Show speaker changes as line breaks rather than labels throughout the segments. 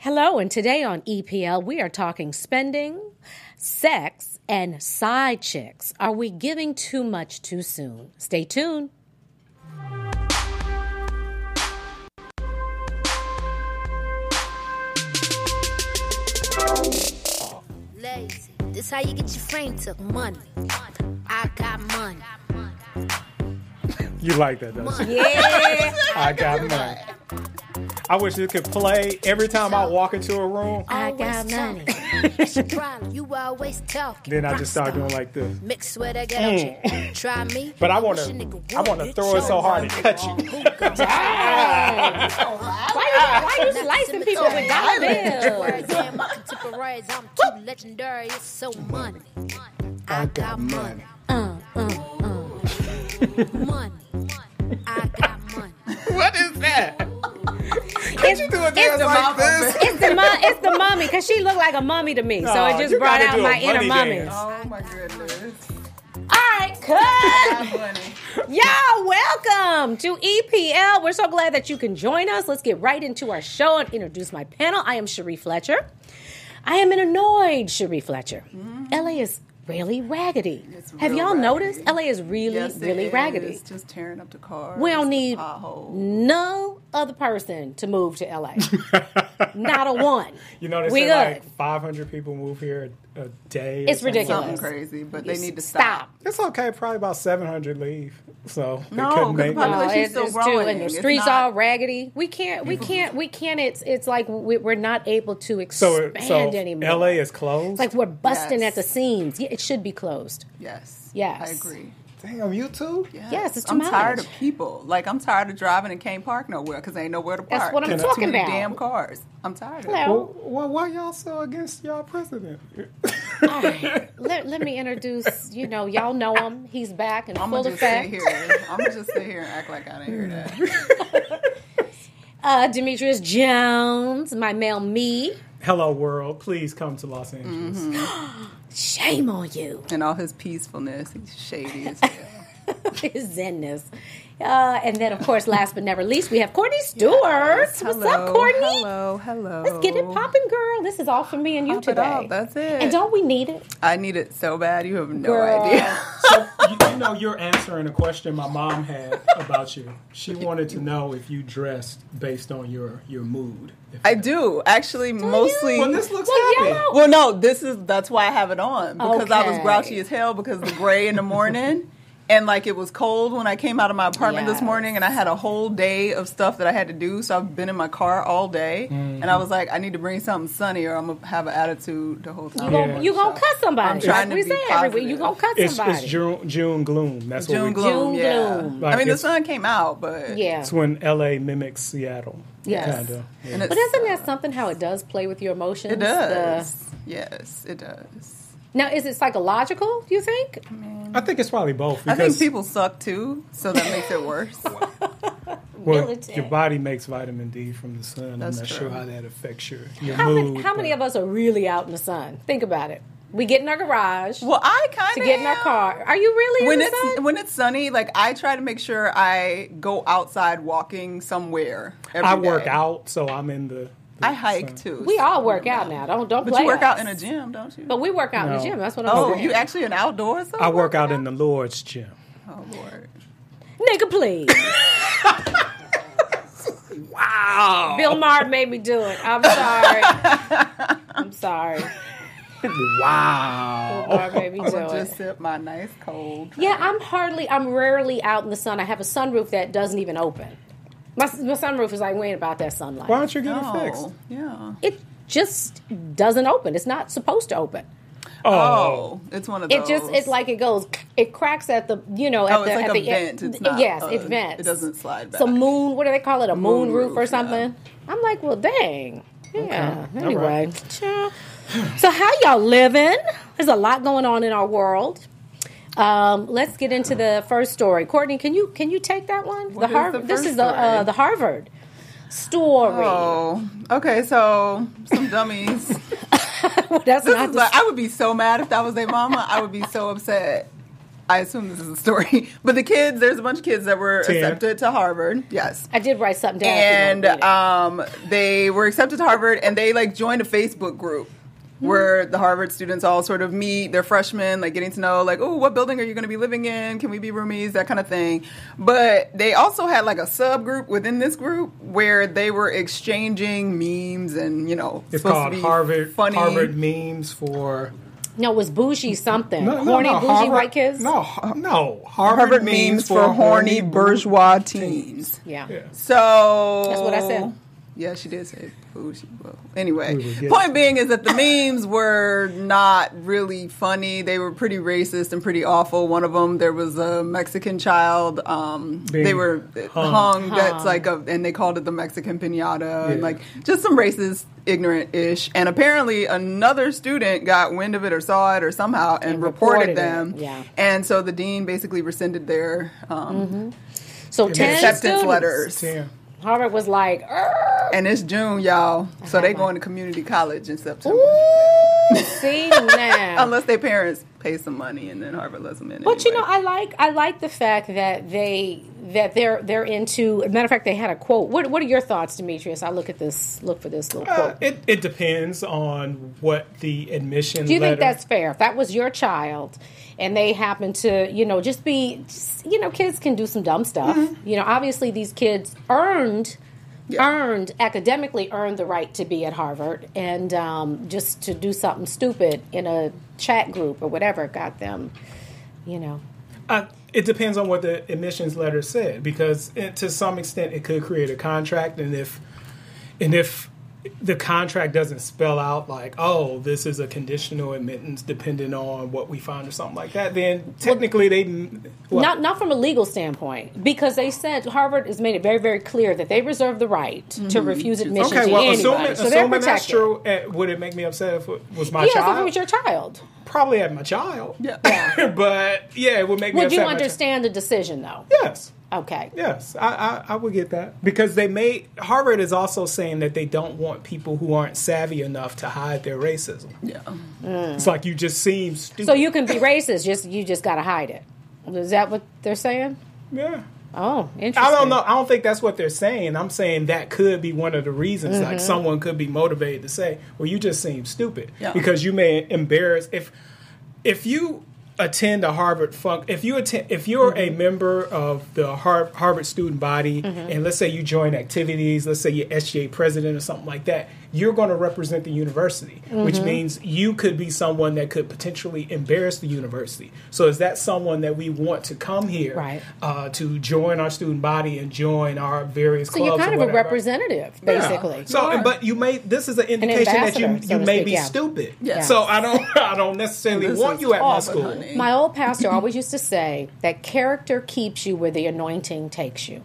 Hello, and today on EPL, we are talking spending, sex, and side chicks. Are we giving too much too soon? Stay tuned.
Lazy. This how you get your frame took. Money. I got money.
You like that, don't you?
Yeah.
I got money. I wish it could play every time I walk into a room.
I got
Always
money.
talking. That's your problem. You always talking.
Then I just start doing
Rockstar.
like this.
Mix with that ghetto chick. Try me.
But I wanna-
Wish a nigga
I wanna
would.
throw it so hard it cut you.
Who gon'
why you slicing people with dollar bills?
Words and my contemporaries, I'm too legendary. It's so money. I got money. Uh, Money. I got money.
What is that?
It's,
You doing dance like this?
it's the mom, it's the mommy, because she looked like a mommy to me. So
Aw,
it just
you
brought
gotta
out
do a
my inner
money
mommy.
dance.
Oh my goodness.
All right, cut.
Money.
Y'all, welcome to EPL. We're so glad that you can join us. Let's get right into our show and introduce my panel. I am Cherie Fletcher. I am an annoyed Cherie Fletcher. LA is really raggedy. Have
Mm-hmm. real
y'all
raggedy.
noticed? LA is really,
Yes,
really
it
raggedy.
is. Just tearing up the car.
We don't need
potholes.
no other person to move to LA. Not a one.
You know, they
we
say
good.
like 500 people move here a, a day. or
It's
something.
ridiculous.
Something crazy, but they need to
Stop.
stop.
It's okay. Probably about 700 leave. So they
No,
couldn't make
'cause probably-
No,
it.
Population's
it's,
still
it's Oh, too,
growing.
and the
It's
streets
not-
all raggedy. We can't, we can't, we can't. It's, it's like we, we're not able to
So,
expand
it- so
anymore.
LA is closed.
It's like we're busting
Yes.
at the seams. Yeah, it should be closed.
Yes.
Yes.
I agree.
Damn, you too?
Yes.
Yes, it's too
I'm tired
much.
of people. Like I'm tired of driving and can't park nowhere because ain't nowhere to park.
That's what I'm
Too
talking
many
about.
Damn cars. I'm tired of it.
Hello.
Well, well, why y'all so against y'all president?
All right. let, let me introduce, you know, y'all know him. He's back in
I'm
full
gonna just sit
effect.
here. I'm gonna just sit here and act like I didn't hear that.
Uh, Demetrius Jones, my male me.
Hello, world. Please come to Los Angeles.
Shame on you.
And all his peacefulness, he's shady as hell.
His zenness. Uh, and then, of course, last but never least, we have Courtney Stewart. What's up,
Hello,
Courtney?
Hello, hello.
Let's get it popping, girl. This is all for me and you
Oh. Pop it
today.
up. That's it.
And don't we need it?
I need it so bad. You have no
Girl.
idea.
So, you, you know, you're answering a question my mom had about you. She wanted to know if you dressed based on your your mood. If-
I do actually mostly.
well, this looks
Well,
happy.
yellow.
Well, no, this is that's why I have it on because I was
Okay.
grouchy as hell because the gray in the morning. And like it was cold when I came out of my apartment
Yes.
this morning, and I had a whole day of stuff that I had to do. So I've been in my car all day, and
Mm-hmm.
I was like, I need to bring something sunny, or I'm gonna have an attitude the whole time.
You gon'
Yeah.
you gonna cut somebody.
I'm trying
like
to
we
be
say every week,
positive.
you gonna cut
It's,
somebody.
it's June, June gloom. That's what
June
we
June
gloom, yeah.
gloom.
Like
I mean, the
it's-
sun came out, but
yeah.
It's when LA mimics Seattle.
Yes.
Kinda. Yeah.
and it's,
But isn't that something how it does play with your emotions?
it does. yes, it does.
The- now, is it psychological, do you think? Mm-hmm.
I think it's probably both.
I
Because,
think people suck too, so that makes it worse.
well,
militant.
your body makes vitamin D from the sun.
That's
I'm not
true.
sure how that affects your, your
How
mood.
many, how many of us are really out in the sun? Think about it. We get in our garage
well, I kind of
to get in our car. Are you really
when
in the
it's
sun?
when it's sunny, like I try to make sure I go outside walking somewhere. every
I work
day.
out, so I'm in the. the
I hike
sun.
too.
we
so-
all work out now. Don't don't
But
play
you work out
us.
in a gym, don't you?
But we work out in the
No.
gym. That's what I'm
oh,
saying.
you actually an outdoors?
I work out in the Lord's gym.
Oh Lord.
Nigga, please. wow. Bill Maher made me do it. I'm sorry. I'm sorry.
Wow.
Bill Maher made me do
I
it.
Oh, just sip my nice cold.
Yeah, I'm hardly, I'm rarely out in the sun. I have a sunroof that doesn't even open. My, my sunroof is like, we ain't about that sunlight.
Why don't you get it fixed?
Oh, yeah.
It just doesn't open. It's not supposed to open.
Oh, it's one of
It
those.
just, it like it goes, it cracks at the, you know, at
oh,
the,
it's like
at
a
the
vent. It's not
yes,
a-
it vents.
It doesn't slide back.
It's a moon. What do they call it? A moon,
Moon
roof,
roof,
or
yeah.
something. I'm like, well, dang. Yeah.
All
Anyway, Child. so how y'all living? There's a lot going on in our world. Um, let's get into the first story. Courtney, can you can you take that one?
What is
the
the
Harvard. this
first
is the uh,
story?
the Harvard story.
Oh, okay. So some dummies.
That's
This
not
is
the
like, I would be so mad if that was their mama. I would be so upset. I assume this is a story, but the kids, there's a bunch of kids that were
Ten.
accepted to Harvard. Yes.
I did write something down. if you
and
wanna read it.
um, they were accepted to Harvard, and they like joined a Facebook group where the Harvard students all sort of meet. They're freshmen, like getting to know, like, oh, what building are you going to be living in? Can we be roomies? That kind of thing. But they also had like a subgroup within this group where they were exchanging memes and you know,
It's
supposed to
called
be
Harvard
funny.
Harvard memes for
no, it was bougie something.
no, no,
Horny,
no,
bougie
Harvard-
white kids?
No, ha- no. Harvard,
Harvard memes for horny bourgeois teens.
Yeah.
Yeah.
So
That's what I said.
Yeah, she did say bougie. Well, anyway,
We were good.
point being is that the memes were not really funny. They were pretty racist and pretty awful. One of them, there was a Mexican child. Um,
Being
they were
hung.
hung. That's like a, and they called it the Mexican pinata, and
Yeah.
like just some racist, ignorant ish. And apparently, another student got wind of it or saw it or somehow and,
And reported
reported,
it.
them.
Yeah. Mm-hmm.
And so the dean basically rescinded their um,
So 10
acceptance
students.
letters.
Ten.
Harvard was like, "Err."
And it's June, y'all. So
have
they
one.
going to community college in September.
see now.
Unless their parents pay some money and then Harvard lets them in.
But you know,
anyway.
I like I like the fact that they that they're they're into. As a matter of fact, they had a quote. What What are your thoughts, Demetrius? I look at this. Look for this little
Uh,
quote.
it, it depends on what the admission
Do you think
letter-
that's fair? If that was your child, and they happen to, you know, just be, just, you know, kids can do some dumb stuff.
Mm-hmm.
You know, obviously these kids earned.
Yeah.
Earned academically earned the right to be at Harvard and um, just to do something stupid in a chat group or whatever got them, you know,
I, Uh, it depends on what the admissions letter said because it, to some extent it could create a contract and if and if the contract doesn't spell out like oh this is a conditional admittance depending on what we find or something like that then technically they well,
Not not from a legal standpoint, because they said Harvard has made it very very clear that they reserve the right to refuse admission
Mm-hmm. okay
to
well
anybody.
assuming,
so they're
assuming
protected.
that's true eh, would it make me upset if it was my
yes, if it
child
was your child,
probably at my child
Yeah.
but yeah it would make me
would
upset
you
at my child.
understand the decision though?
yes
Okay.
Yes, I, I, I would get that because they may Harvard is also saying that they don't want people who aren't savvy enough to hide their racism.
Yeah.
It's like you just seem stupid.
Hmm. So you can be racist, just you just gotta hide it. Is that what they're saying?
yeah.
Oh, interesting.
I don't know. I don't think that's what they're saying. I'm saying that could be one of the reasons. Like someone could be motivated to say, "Well, you just seem stupid
Yeah.
because you may embarrass if if you attend a Harvard funk. If you attend, if you're a member of the Har- Harvard student body, and let's say you join activities, let's say you're SGA president or something like that, you're going to represent the university, which means you could be someone that could potentially embarrass the university. So is that someone that we want to come here?
Right.
uh, to join our student body and join our various
So
clubs.
you're
or
kind of a
whatever.
representative, basically.
Yeah. So, but you may this is an indication that you
ambassador, so
you
to
may
speak,
be
yeah.
stupid.
Yeah.
So I don't I don't necessarily
This
want
is
you at my
Harvard,
school.
honey.
My old pastor always used to say that character keeps you where the anointing takes you.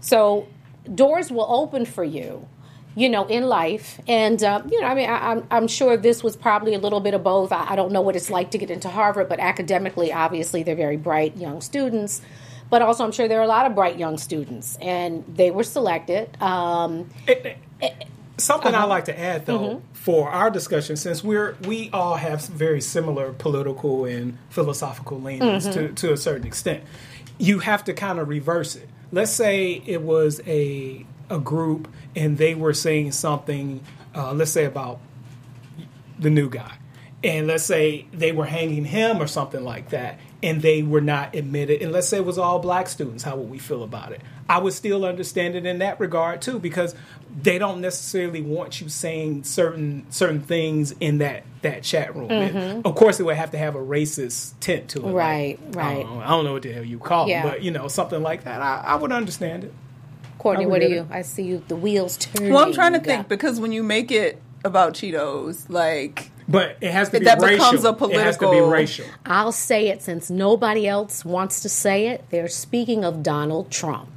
So doors will open for you, you know, in life. And, uh, you know, I mean, I, I'm, I'm sure this was probably a little bit of both. I, I don't know what it's like to get into Harvard, but academically, obviously, they're very bright young students. But also, I'm sure there are a lot of bright young students, and they were selected. Um,
Something
Uh-huh.
I like to add though
Mm-hmm.
for our discussion, since we're we all have very similar political and philosophical leanings
Mm-hmm.
to, to a certain extent, you have to kind of reverse it. Let's say it was a a group and they were saying something, uh, let's say about the new guy. And let's say they were hanging him or something like that, and they were not admitted. And let's say it was all black students, how would we feel about it? I would still understand it in that regard too, because they don't necessarily want you saying certain certain things in that that chat room. And of course, it would have to have a racist tint to it, like,
Right,
I
right.
don't, know, I don't know what the hell you call
Yeah.
it, but you know something like that. I, I would understand it.
Courtney,
I would
what do
get
you? I see you. The wheels turning.
Oh, Well, I'm trying to
Yeah.
think because when you make it about Cheetos, like,
But it has to be
That
racial.
becomes a
It has to be
political-
racial.
I'll say it since nobody else wants to say it. They're speaking of Donald Trump.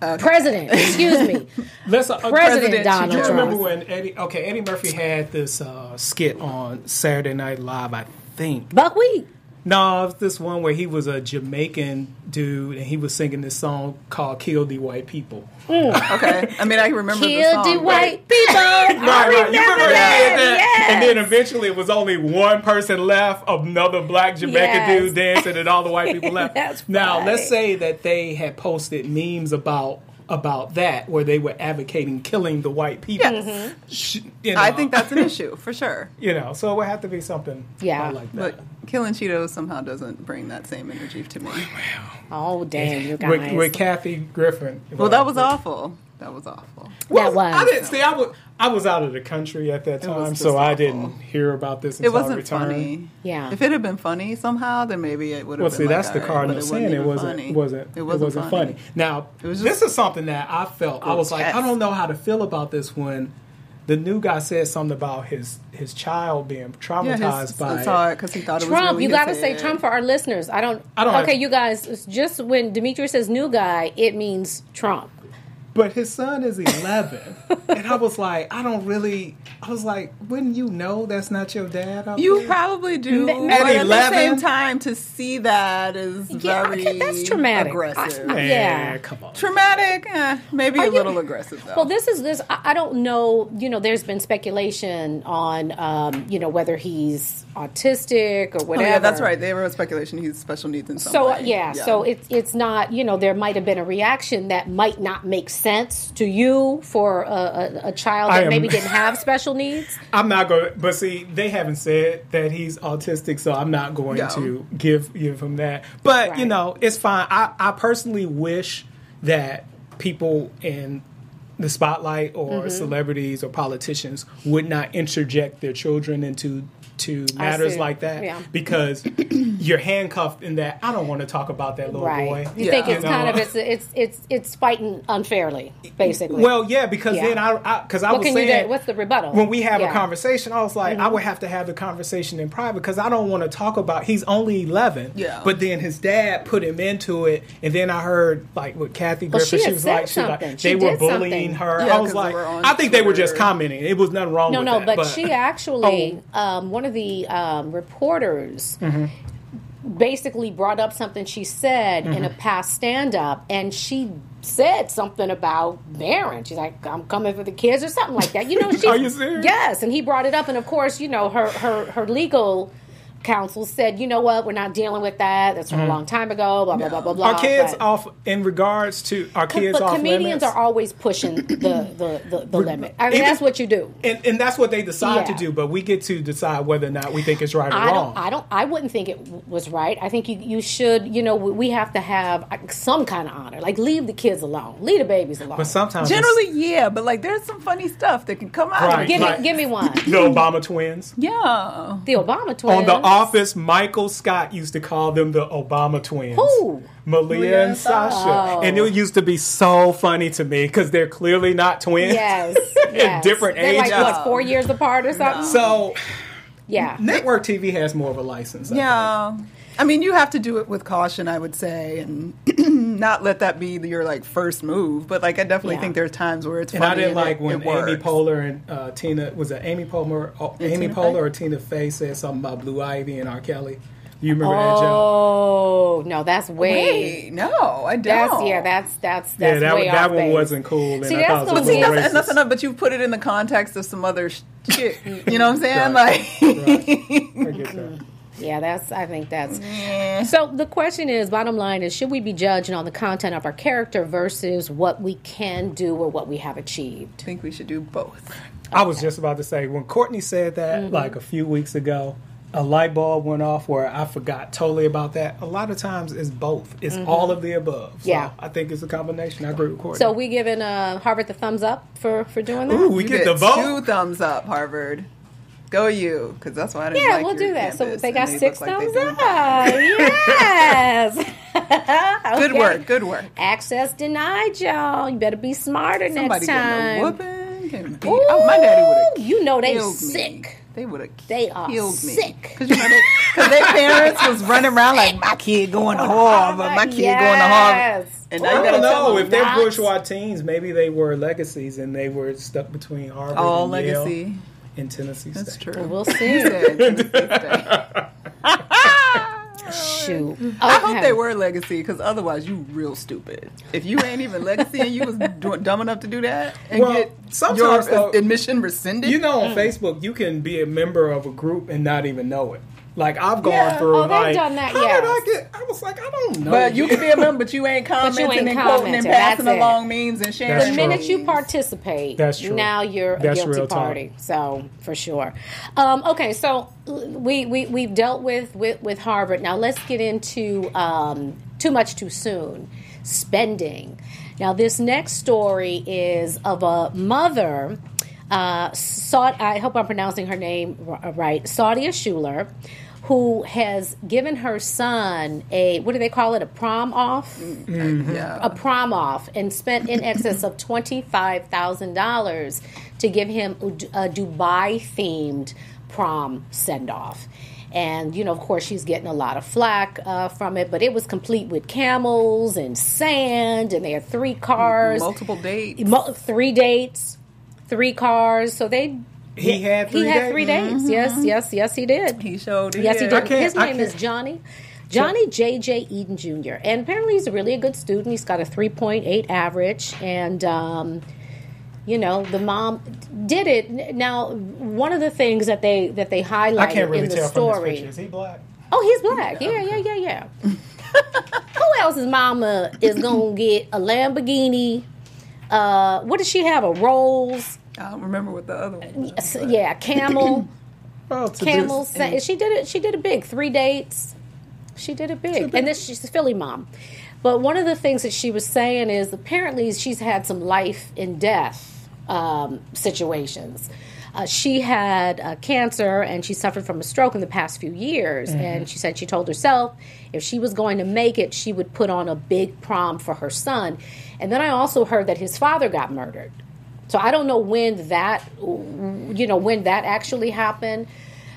President, excuse me.
Let's, uh,
President Donald
President Trump.
Do you
Trump.
remember when Eddie? Okay, Eddie Murphy had this uh, skit on Saturday Night Live, I think.
Buckwheat.
No, it was this one where he was a Jamaican dude and he was singing this song called "Kill the White People."
okay. I mean, I remember the
Kill
song.
the
but-
white people.
Right, right. You remember he did that?
Yes.
And then then eventually it was only one person left, another black Jamaican
Yes.
dude dancing, and all the white people left.
That's
now,
right.
let's say that they had posted memes about about that, where they were advocating killing the white people.
Yes.
Sh- you
I
know,
think that's an issue for sure.
you know, so it would have to be something
Yeah.
like that.
But killing Cheetos somehow doesn't bring that same energy to me.
Oh damn, you guys.
with, with Kathy Griffin.
Well, that was awful. That was awful.
that was.
I didn't see. I was I was out of the country at that
was
time,
just
so I
awful.
didn't hear about this.
It
Until I
wasn't
returned.
funny.
Yeah.
If it had been funny somehow, then maybe it would
Well,
have been.
see,
like,
that's the
all right,
cardinal
but
sin.
even
It wasn't,
funny.
wasn't.
It wasn't,
funny. Now,
was
this
just
is something that I felt. I was like, I
grotesque.
don't know how to feel about this when the new guy said something about his his child being traumatized
Yeah, his,
by
I
it.
saw it because he thought it was
Trump,
really
you
his
gotta say
head.
Trump for our listeners. I don't.
I don't
Okay,
have-
you guys. It's just when Demetri says new guy, it means Trump.
But his son is eleven, and I was like, I don't really. I was like, wouldn't you know that's not your dad? out
You
there?
probably do,
Ma-
but at the
11?
same time, to see that is
Yeah,
very
okay, that's traumatic.
aggressive.
I- I-
Eh,
yeah.
come on.
traumatic, eh, maybe a
you-
little aggressive though.
Well, this is this. I, I don't know. You know, there's been speculation on, um, you know, whether he's autistic or
Oh,
whatever.
yeah, that's right. They were speculation. He's special needs in some
So
way.
uh, yeah, so it's it's not you know there might have been a reaction that might not make sense to you for a, a, a child
I
that
am-
maybe didn't have special needs.
I'm not going. to But see, they haven't said that he's autistic, so I'm not going
No.
to give give him that. But you
Right.
know, it's fine. I I personally wish that people in the spotlight
Mm-hmm.
or celebrities or politicians would not interject their children into to
I
matters
see.
like that
Yeah.
because you're handcuffed in that. I don't want to talk about that little
Right?
boy.
You
Yeah.
think it's
You know?
kind of it's it's it's it's fighting unfairly, basically.
Well, yeah, because
Yeah.
then I because I,
what
was
can
saying
you do? What's the rebuttal
when we have
Yeah. Mm-hmm.
a conversation, I was like, I would have to have the conversation in private because I don't want to talk about. He's only eleven.
Yeah.
But then his dad put him into it, and then I heard like with Kathy
Well,
Griffin,
she
she,
had
was
said
like, she was like,
something.
they
She
were
did
bullying
something.
her.
Yeah,
I was
'cause they
like,
were on
I think they were just
Twitter.
commenting. It was nothing wrong.
No,
with
no,
that, oh.
but, she actually, um, one of the um, reporters
Mm-hmm.
basically brought up something she said in a
Mm-hmm.
past stand up, and she said something about Barron. She's like, I'm coming for the kids, or something like that. You know, she.
Are you serious?
Yes, and he brought it up, and of course, you know, her, her, her legal. Counsel said, "You know what? We're not dealing with that. That's from a long time ago. Blah blah blah blah blah."
Mm-hmm. Our kids
But-
off in regards to our kids
but
off
comedians
limits?
are always pushing the the, the, the limit. I mean,
Even-
that's what you do.
and, and that's what they decide
Yeah.
to do, but we get to decide whether or not we think it's right or
I
wrong.
don't. I don't. I wouldn't think it w- was right. I think you, you should. You know, we we have to have uh, some kind of honor. Like leave the kids alone. Leave the babies alone.
but sometimes it's-
generally, yeah, but like there's some funny stuff that can come out.
Right.
Of
give
it.
me
like-
give me one.
the Obama twins.
Yeah,
The Obama twins
On The Office, Michael Scott used to call them the Obama twins.
Who?
Malia
Malia
and
and
Sasha.
Oh.
And it used to be so funny to me because they're clearly not twins.
Yes.
At
yes.
different
They're like
ages.
what four years apart or something.
So,
yeah.
network TV has more of a license. I
yeah. I mean, you have to do it with caution, I would say, and not let that be your like first move. But like, I definitely
Yeah.
think there are times where it's.
And
funny
I didn't
and
like
it-
when
it
Amy
works.
Poehler and uh, Tina was it Amy Poehler, oh, Amy
Tina
Poehler
Fey?
or Tina Fey said something about Blue Ivy and R. Kelly. You remember that joke?
Oh no, that's way.
Wait, no, I don't.
That's yeah. That's that's that's
yeah, that,
way
one- that
off
one
base.
wasn't cool. And
See,
I thought
that's
it was
the-
a
See,
little
that's,
racist.
and that's enough, but you put it in the context of some other sh- shit. You know what I'm saying? Like,
Right. I get that.
Yeah, that's. I think that's. So the question is, bottom line is, should we be judging on the content of our character versus what we can do or what we have achieved?
I think we should do both.
I was just about to say when Courtney said that
Mm-hmm.
like a few weeks ago, a light bulb went off where I forgot totally about that. A lot of times it's both. It's all of the above. So
Mm-hmm. Yeah.
I think it's a combination. I agree with Courtney.
So we giving uh, Harvard the thumbs up for for doing that.
Ooh, we
You
get the vote.
Two thumbs up, Harvard. Go you, because that's why I didn't.
yeah,
like
we'll
your
do that. So
campus,
they
and
got six
look like they
thumbs
didn't-
up. yes.
Good
Okay.
work. Good work.
Access denied, y'all. You better be smarter
Somebody
next time.
getting a whooping. Getting beat. Oh, my daddy would
Ooh,
have.
you know they
killed Me.
sick.
They would have.
They are
killed me.
sick.
Because you know they, cause their parents was running around like my kid going to Harvard, my kid going to Harvard,
Uh, Yes.
and
I
now you
don't
gotta
know
tell
if
them
they're
not.
bourgeois teens. Maybe they were legacies and they were stuck between Harvard,
all
and Yale
legacy.
and Tennessee
That's
State.
true.
We'll see.
Said Tennessee State.
you.
I hope
Okay.
they were legacy, because otherwise you real stupid. If you ain't even legacy and you was do- dumb enough to do that and
Well,
get
sometimes,
your
though,
admission rescinded,
You know,
Mm.
on Facebook, you can be a member of a group and not even know it. Like I've gone
Yeah.
through.
Oh, they've
like,
done that,
How
yes.
did I get? I was like, I don't know.
But you can be a member, but you ain't commenting
ain't
and quoting
commenting.
and passing
That's it.
along memes and sharing.
That's
the
true.
minute you participate,
That's true.
now you're a
That's
guilty
real talk.
party. So for sure. Um, okay, so l- we, we we've dealt with, with with Harvard. Now let's get into um, too much too soon spending. Now this next story is of a mother. Uh, Saud, I hope I'm pronouncing her name r- uh, right. Saudia Schuler, who has given her son a what do they call it? A prom off
Yeah.
a prom off and spent in excess of $25,000 to give him a D- a Dubai themed prom send off. And, you know, of course, she's getting a lot of flack uh, from it, but it was complete with camels and sand, and they had three cars,
Multiple dates.
Mo- three dates, three cars. So they.
He had three
he had
days?
three dates. Yes, yes, yes, he did.
He showed it.
Yes, he
Yeah.
did.
can't-
His
I
name is
can't-
Johnny. Johnny J.J. Eden Jr. And apparently he's really a good student. He's got a 3.8 average. And, um, you know, the mom did it. N- Now, one of the things that they that they highlighted
I can't really
in the
tell from this
story.
picture. Is he black?
oh, he's black. Yeah, yeah, yeah, yeah. Who else's mama is going to get a Lamborghini? Uh, what does she have? A Rolls?
I don't remember what the other one was.
S- Yeah, a Camel.
Well, to do-
camels. sa- she did it. She did it big. Three dates. She did it big. And this she's a Philly mom. But one of the things that she was saying is apparently she's had some life and death um, situations. Uh, she had uh, cancer and she suffered from a stroke in the past few years.
Mm-hmm.
And she said she told herself if she was going to make it, she would put on a big prom for her son. And then I also heard that his father got murdered. So I don't know when that, you know, when that actually happened.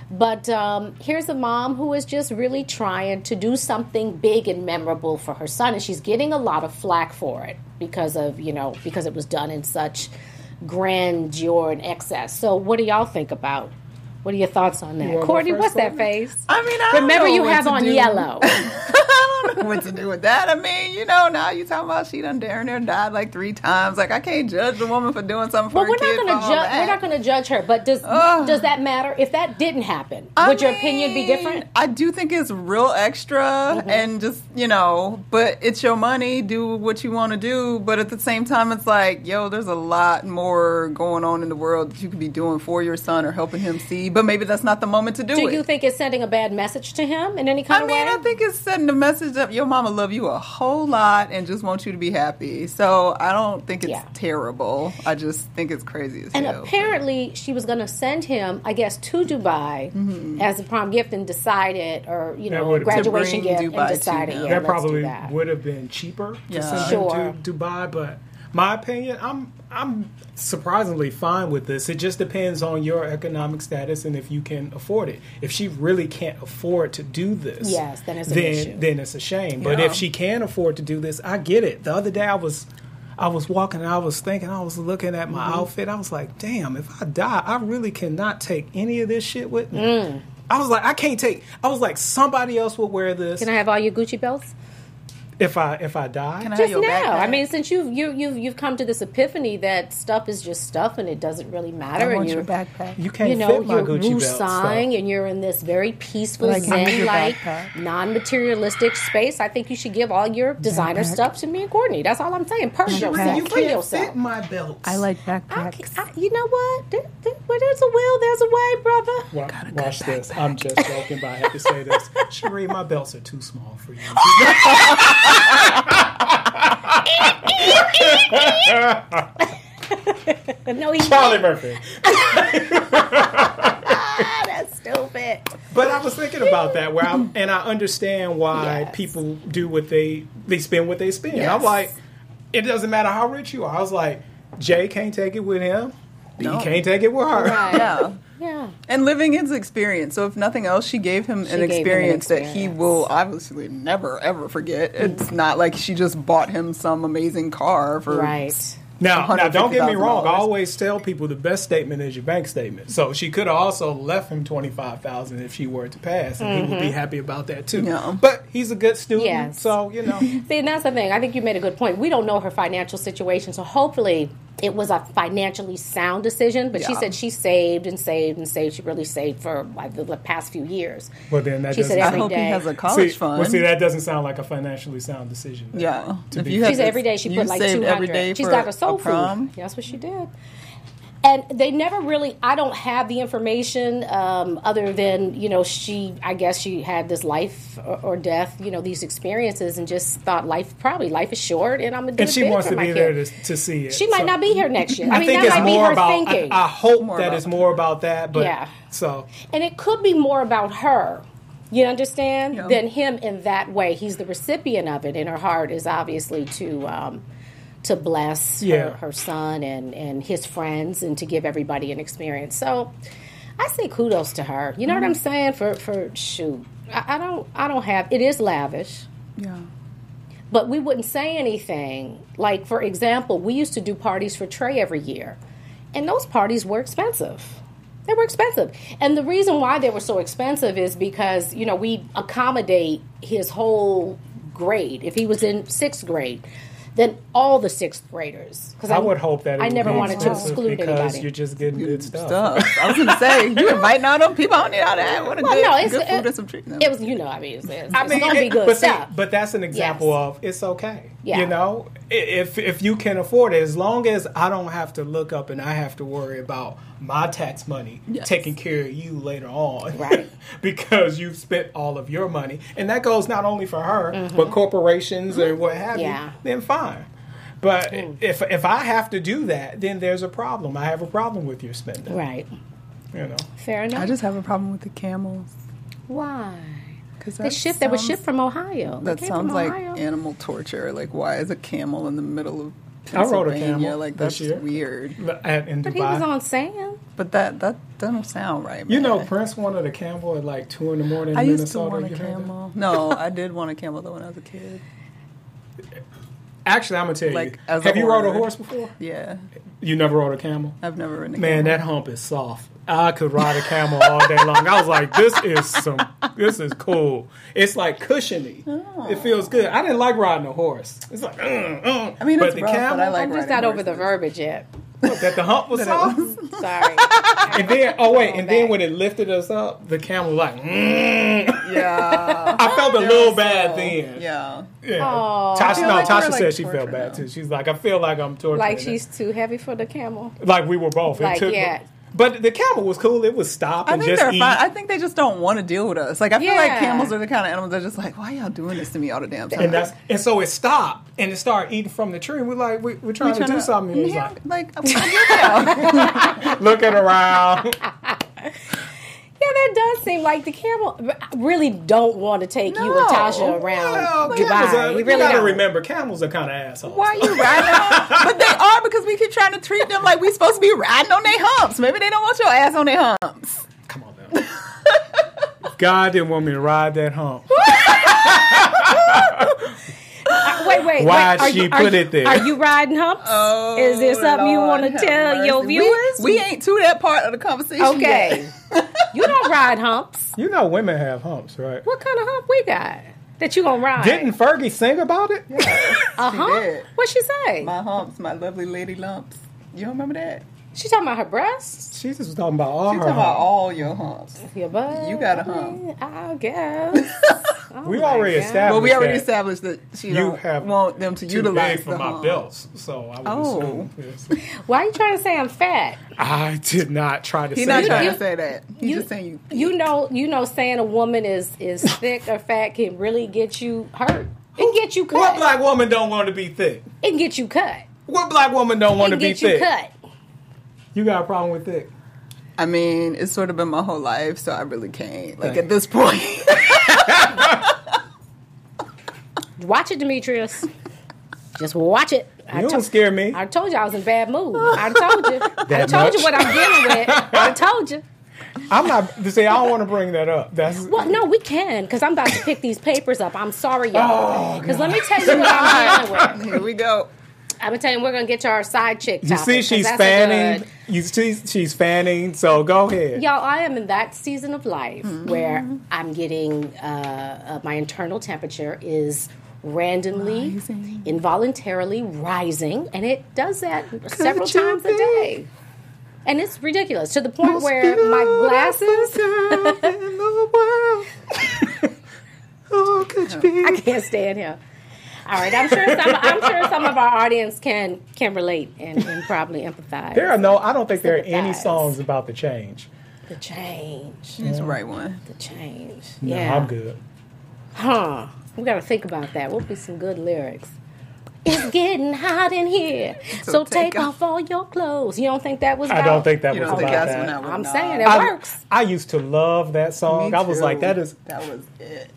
But um, here's a mom who is just really trying to do something big and memorable for her son, and she's getting a lot of flack for it because of you know because it was done in such grandeur and excess. So what do y'all think about? What are your thoughts on that,
wanna go
Courtney?
first,
What's that
Courtney?
face?
I mean, I don't
Remember,
know
you
what
have
to
on
do.
yellow.
I don't know what to do with that. I mean, you know, now you talking about she done darn near died like three times. Like I can't judge a woman for doing something for
Well,
her
we're not
kid
going
for
to
all
judge.
that.
We're not going to judge her. But does does that matter? If that didn't happen,
I
would your opinion be
mean,
different? Mm-hmm.
I do think it's real extra and just, you know, but it's your money, do what you want to do. But at the same time, it's like, yo, there's a lot more going on in the world that you could be doing for your son or helping him see. But maybe that's not the moment to do,
Do
it.
you think it's sending a bad message to him in any
I
kind
mean,
of way?
I think it's sending a message that your mama love you a whole lot and just wants you to be happy. So I don't think it's
Yeah.
terrible. I just think it's crazy as
and
hell.
apparently, she was going to send him, I guess, to Dubai
Mm-hmm.
as a prom gift, and decided, or you
That
know,
would've- To
graduation
bring
gift,
Dubai
and
to
decided,
him.
yeah,
that
let's
probably
do that.
would have been cheaper
Yeah.
to send
Sure.
him to Dubai, but my opinion, I'm I'm surprisingly fine with this. It just depends on your economic status and if you can afford it. If she really can't afford to do this,
Yes, then it's an
then,
issue.
then it's a shame. But if she can afford to do this, I get it. The other day I was I was walking and I was thinking, I was looking at my outfit. I was like, damn, if I die, I really cannot take any of this shit with me.
Mm.
I was like, I can't take. I was like, somebody else will wear this
Can I have all your Gucci belts?
if I if I die.
Can I have
Just
your
now.
backpack?
I mean, since you've you, you've you've come to this epiphany that stuff is just stuff and it doesn't really matter,
I want
and
your
you're
backpack.
You can't
you know,
fit my
you're
Gucci belt.
wusang
so-
and you're in this very peaceful,
Like, I need your
zen-like,
backpack.
non-materialistic space. I think you should give all your designer stuff to me and Courtney. That's all I'm saying. Purge yourself,
You
kill
can't
yourself.
fit my belt.
I ca- I- you know what? There, there- where there's a will, there's a way, brother.
Wa- watch this. I'm just joking, but I have to say this. Sheree, my belts are too small for you.
No, he
Charlie Murphy.
Ah, that's stupid.
But I was thinking about that, where I'm, and I understand why
Yes.
people do what they they spend what they spend. I'm
Yes.
like, it doesn't matter how rich you are. I was like, Jay can't take it with him. B
No.
can't take it with her.
Right.
yeah.
Yeah.
And living his experience. So if nothing else, she gave him, an,
gave him an
experience that he
experience.
will obviously never ever forget. It's not like she just bought him some amazing car for
Right.
Now, now, don't get me wrong. I
$150,000.
always tell people the best statement is your bank statement. So she could have also left him twenty five thousand if she were to pass, and he would be happy about that too.
Yeah.
But he's a good student,
Mm-hmm. Yes.
so you know.
See, and that's the thing. I think you made a good point. We don't know her financial situation, so hopefully it was a financially sound decision. But she
Yeah.
said she saved and saved and saved. She really saved for like the, the past few years.
Well, then that
she said
doesn't- I
every day.
I hope he has a college
see,
fund.
well, see, that doesn't sound like a financially sound decision. though.
yeah.
To
If
be-
you had
She said
this-
every day she
you
put like
saved
two
every day
hundred. She's
for
got her
a
soul
prom.
food. That's what she did. And they never really. I don't have the information um, other than you know she. I guess she had this life or, or death. You know these experiences and just thought life probably life is short and I'm gonna do
and
it
she
big
wants
for
to
my
be
kid.
there to, to see it.
She might
so.
not be here next year. I,
I,
mean,
think
that
it's
might be
more
her
about.
thinking.
I, I hope
More
that
about-
it's more about that. But
Yeah.
so
and it could be more about her, you understand,
Yeah.
than him in that way. He's the recipient of it, and her heart is obviously to um, to bless her,
Yeah.
her son and, and his friends and to give everybody an experience. So I say kudos to her. You know
Mm-hmm.
what I'm saying? For for shoot. I, I don't I don't have it is lavish.
Yeah.
but we wouldn't say anything. Like, for example, we used to do parties for Trey every year, and those parties were expensive. They were expensive. And the reason why they were so expensive is because, you know, we accommodate his whole grade. If he was in sixth grade, then all the sixth graders. Because
I would hope that it
I
would
never
be
wanted to
expensive
exclude
because
anybody.
you're just getting good stuff.
Stuff. I was gonna say you inviting all them people. I don't need all that. What a
Well,
good,
Oh, no, it's-
good food
it-
and some treats. No.
It was, you know, I mean, it's, it's,
I mean,
going to be
it-
good
but see,
stuff.
but that's an example
Yes.
of it's okay.
Yeah.
You know, I- if if you can afford it, as long as I don't have to look up and I have to worry about my tax money
Yes.
taking care of you later on,
Right.
because you've spent all of your money, and that goes not only for her but corporations and what have
Mm-hmm. Yeah.
you. Then fine. But if if I have to do that, then there's a problem. I have a problem with your spending.
right.
You know.
Fair enough.
I just have a problem with the camels.
Why?
Cause
They
that
shipped, they were
sounds-
shipped from Ohio. They
That
came
sounds
from
like
Ohio.
animal torture. Like, why is a camel in the middle of
I
Pennsylvania?
rode a camel
like,
this
that's
year.
weird.
At- in
But
Dubai.
he was on sand.
But that that doesn't sound right.
You know,
man.
Prince wanted a camel at like two in the morning in
I
Minnesota.
used to want a
You heard that?
camel. No, I did want a camel though when I was a kid.
Actually, I'm gonna tell
Like,
you.
as a
Have you rode a horse
horse.
before?
Yeah,
You never rode a camel.
I've never ridden a
Man, that hump is soft. I could ride a camel all day long. I was like, this is some, this is cool. It's like cushiony.
Oh.
It feels good. I didn't like riding a horse. It's like, uh, uh.
I mean,
but
it's
the
rough, but
camel
I like
I'm just
riding
not over the
horses.
verbiage yet.
that the hump was soft.
Sorry.
And then, oh wait, and then
back.
when it lifted us up, the camel was like, mm.
Yeah,
I felt a little bad
So,
then.
Yeah,
Yeah.
Aw. I
Tasha,
feel
no,
like
Tasha
we're, like,
said she
torturing
felt bad
them.
too. She's like, I feel like I'm torturing.
like
them."
she's too heavy for the camel.
like we were both. It
Like,
took-
yeah.
But the camel was cool. It would stop
I
and
think
just
they're
eat.
fine. I think they just don't want to deal with us. Like, I feel
Yeah.
like camels are the kind of animals that are just like, why y'all doing this to me all the damn time?
and that's and so it stopped and it started eating from the tree. We're like, we, we're trying
We
to do
tryna-
something. It was
Yeah,
like
like, I'm like yeah.
looking around.
Yeah, that does seem like the camel I really don't want to take you
No.
and Tasha around
Well, camels
Dubai.
are,
you
you
really
gotta
don't.
remember, camels are kind of assholes.
Why you riding on? But they are because we keep trying to treat them like we supposed to be riding on their humps. Maybe they don't want your ass on their humps.
Come on now. God didn't want me to ride that hump.
Uh, Wait, wait.
Why'd
wait, are
she
you- are
put
you-
it there?
Are you riding humps? Is there something you
Oh, Lord
want to
have
tell
mercy.
your
We-
viewers?
We, ain't to that part of the conversation.
okay.
yet.
you don't ride humps.
You know, women have humps, right?
What kind of hump we got that you gonna ride?
Didn't Fergie sing about it?
a
did.
hump? What she say?
My humps, my lovely lady lumps. You don't remember that?
She talking about her breasts,
She just was talking about all
You
her.
talking about
humps.
all your humps.
your butt.
You got a hump.
I guess. Oh
We
my
already
God.
established.
But we already
that
established that she
You
don't
have
want them to
too
utilize
big for
the
my
hump.
belts, so I would
Oh.
assume. yes.
Why are you trying to say I'm fat?
I did not try to
He's
say
not
that.
trying
you-
to say that. He's just saying you.
You know, you know, saying a woman is is thick or fat can really get you hurt. It can get you
What
cut.
black woman don't want to be thick?
it can get you cut.
What black woman don't
It
want to
can
be
get you
thick?
cut.
You got a problem with thick?
I mean, it's sort of been my whole life, so I really can't. Like
Thank
at this point,
Watch it, Demetrius. Just watch it. I
You
to-
don't scare me.
I told you I was in bad mood. I told you. I
That
told you
much?
what I'm dealing with. I told you.
I'm not. See, I don't want to bring that up. That's
Well, no, we can because I'm about to
Oh,
pick these papers up. I'm sorry, y'all. Because let me tell you what I'm dealing with.
here we go.
I'm gonna tell you, we're gonna get to our side chick.
You
topic,
see,
'cause
she's
that's a
fanning.
good-
You see, she's fanning. So go ahead.
Y'all, I am in that season of life
Mm-hmm.
where I'm getting uh, uh, my internal temperature is randomly, involuntarily rising, and it does that several
you
times
be
a day, and it's ridiculous to the point where my
Beautiful
glasses.
girl in the world. oh, could you be?
I can't stand him. All right, I'm sure some. I'm sure some of our audience can can relate and, and probably empathize.
There are no. I don't think there are any
Sympathize.
songs about the change.
the change,
It's the right one.
the change.
No,
yeah,
I'm good.
Huh. We gotta think about that. What would be some good lyrics? It's getting hot in here, so, take,
take
off all your clothes. You don't think that was?
I
about-
don't think that
You
was
don't
about
think that's
that.
when I would
I'm
nah.
saying it
I,
works.
I used to love that
Me
song. I was
too.
like, that is.
that was it.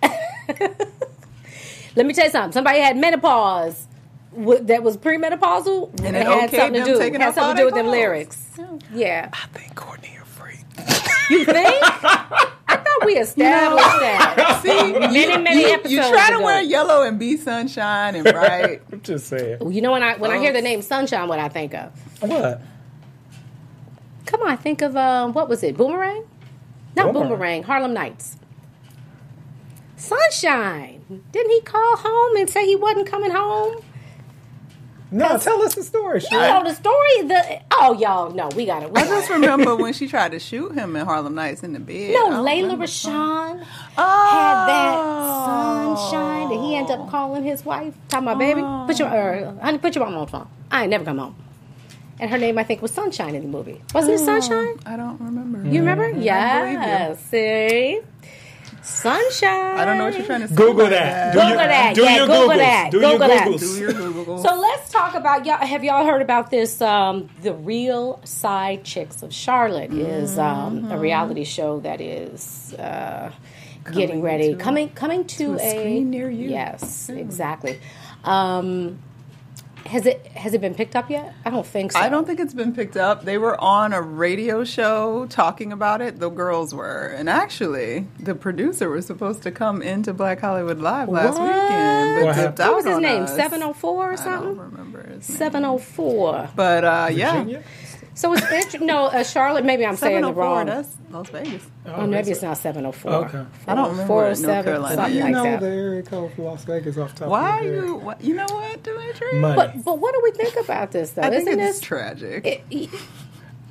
Let me tell you something. Somebody had menopause w- that was premenopausal,
And
it
it
had
okayed
something to
them
do
taking
had
off
something
all
to do
their
with them
clothes. Oh.
lyrics. Yeah,
I think Courtney are free.
you think? I thought we established that.
See,
Many,
you,
many
you-
episodes
You try to
ago.
wear yellow and be sunshine and bright.
I'm just saying.
You know when I when I hear the name Sunshine, what I think of?
What?
Come on, think of um, what was it? Boomerang? Not
Boomerang.
boomerang. Harlem Nights. Sunshine. Didn't he call home and say he wasn't coming home?
No, tell us the story.
You
Shay.
know the story. The oh y'all, no, we got it. We
I
got
just
it.
remember when she tried to shoot him in Harlem Nights in the bed. I
No,
don't
Layla
remember.
Rashawn had that
Oh.
sunshine that he ended up calling his wife. Talking about baby, put your uh, honey, put your mom on the phone. I ain't never come home. And her name, I think, was Sunshine in the movie. Wasn't it Sunshine?
"Oh, I don't remember.
You remember?
believe you.
Yeah. See? Sunshine.
I don't know what you're trying to say.
Google
by
that.
Google that.
Do
Yeah,
your
Google
Googles.
that.
Do your
Google that.
Googles.
Do your Google.
So let's talk about y'all. Have y'all heard about this? Um, the Real Side Chicks of Charlotte is um,
Mm-hmm.
a reality show that is uh, getting ready, coming coming to,
a screen near you. Hmm.
Yes, exactly. Um, has it has it been picked up yet? I don't think so.
I don't think it's been picked up. They were on a radio show talking about it. The girls were, and actually, the producer was supposed to come into Black Hollywood Live last
What?
weekend,
What
but
happened?
dipped out
What was his
on
name?
us.
Seven oh four or
I don't
something.
remember his name.
Seven oh four.
But uh, yeah,
Virginia?
So it's interesting. no, uh, Charlotte. Maybe I'm saying the
704,
wrong.
That's Las Vegas.
Oh, maybe it's not 704.
Okay.
I don't remember what North
407,
Carolina
something
is.
like
You know
that.
the area code for Las Vegas off the top. of
Why
my
are
head.
you? What, you know what, Dimitri?
Money.
But but what do we think about this though?
I
Isn't
think it's
this
tragic.
it- it-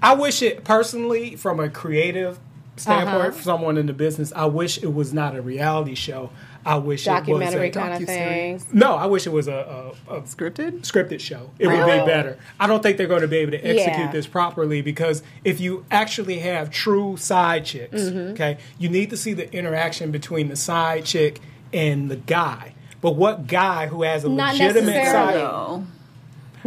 I wish it personally, from a creative standpoint,
Uh-huh.
for someone in the business, I wish it was not a reality show. I wish
documentary
it was a,
kind of thing?
No, I wish it was a, a, a
Scripted?
scripted show. It would be better. I don't think they're going to be able to execute
Yeah.
this properly because if you actually have true side chicks,
Mm-hmm.
okay, you need to see the interaction between the side chick and the guy. But what guy who has a
Not
legitimate
necessarily.
side?
No.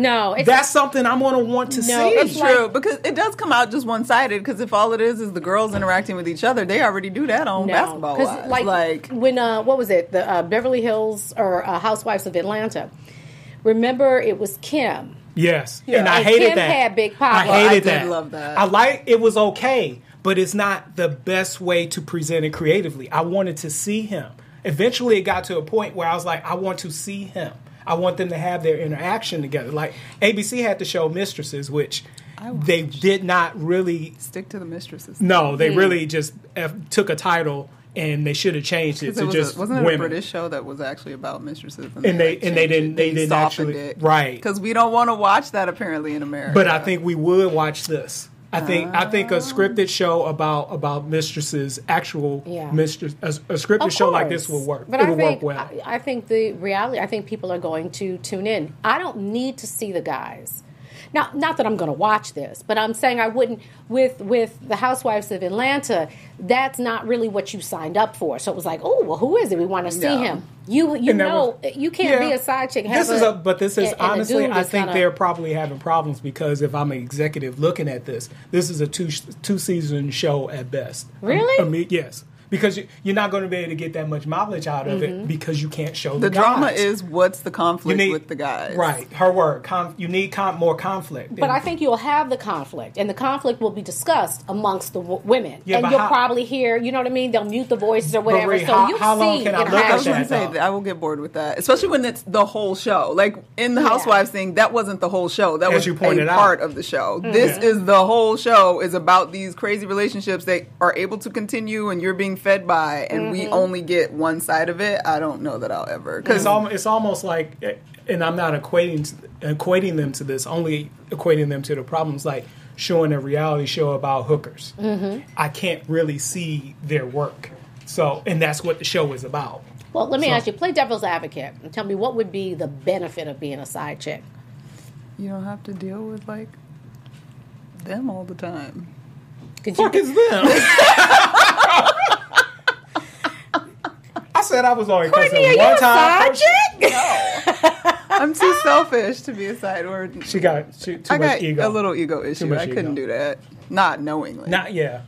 No, it's
That's something I'm going to want to
No,
see.
it's
It's true because it does come out just one sided. Because if all it is is the girls interacting with each other, they already do that on
no.
basketball.
'Cause,
Wise.
like, when uh, what was it? The uh, Beverly Hills or uh, Housewives of Atlanta. Remember, it was Kim.
Yes, and
Yeah.
I
And
hated
Kim
that.
had big pockets.
I hated
I did
that.
love that.
I like it was okay, but it's not the best way to present it creatively. I wanted to see him. Eventually, it got to a point where I was like, I want to see him. I want them to have their interaction together. Like ABC had the show Mistresses, which they did not really.
stick to the mistresses.
No, they
Hmm.
really just F- took a title and they should have changed it
Because
to
it was
just
a, wasn't it
women.
a British show that was actually about mistresses,
And they- and they
changed it.
didn't- they didn't
softened
actually-
it.
right.
because we don't want to watch that apparently in America.
But I think we would watch this. I think I think a scripted show about about mistresses, actual
Ah. Yeah.
mistress, a, a scripted
Of
show like
course.
this will work.
But
it
I
will
think, uh,
work well.
I, I think the reality. I think people are going to tune in. I don't need to see the guys. Now, not that I'm going to watch this, but I'm saying I wouldn't with with the Housewives of Atlanta. That's not really what you signed up for. So it was like, oh, well, who is it? We want to see
No.
him. You you
And that
know
was-
you can't
Yeah.
be a side chick. Have
This is a but this is
and- and a
honestly
dude
I
that's
think
not a-
they're probably having problems because if I'm an executive looking at this, this is a two two season show at best. Um,
Really?
I mean, yes. because you, you're not going to be able to get that much mileage out of
Mm-hmm.
it because you can't show the,
The drama
guys.
is what's the
You
conflict
need-
with the guys.
Right, her word. Conf, you need con, more conflict.
But
And-
I think you'll have the conflict, and the conflict will be discussed amongst the w- women.
Yeah,
and
but
you'll
how-
probably hear, you know what I mean? They'll mute the voices or whatever.
Marie,
so
how-
you'll
how
see.
long can I
in
look
I
at
was going
action.
to say
though.
that I will get bored with that, especially when it's the whole show. Like in the
Yeah.
Housewives thing, that wasn't the whole show. That
As
was
you pointed
a
out.
part of the show. This is the whole show is about these crazy relationships that are able to continue, and you're being fed by, and we only get one side of it. I don't know that I'll ever because
it's almost it's almost like, eh, and I'm not equating to, equating them to this, only equating them to the problems like showing a reality show about hookers.
Mm-hmm.
I can't really see their work, so and that's what the show is about.
Well, let me
So-
ask you play devil's advocate and tell me what would be the benefit of being a side chick?
you don't have to deal with like them all the time.
Could
Fuck is them. I said I was only cussing
Courtney, are you
one
a
time.
side chick?
I'm too selfish to be a side or
She got she, too
I
much
got
ego.
a little ego issue.
much
I couldn't
ego.
do that, not knowingly.
Not yeah.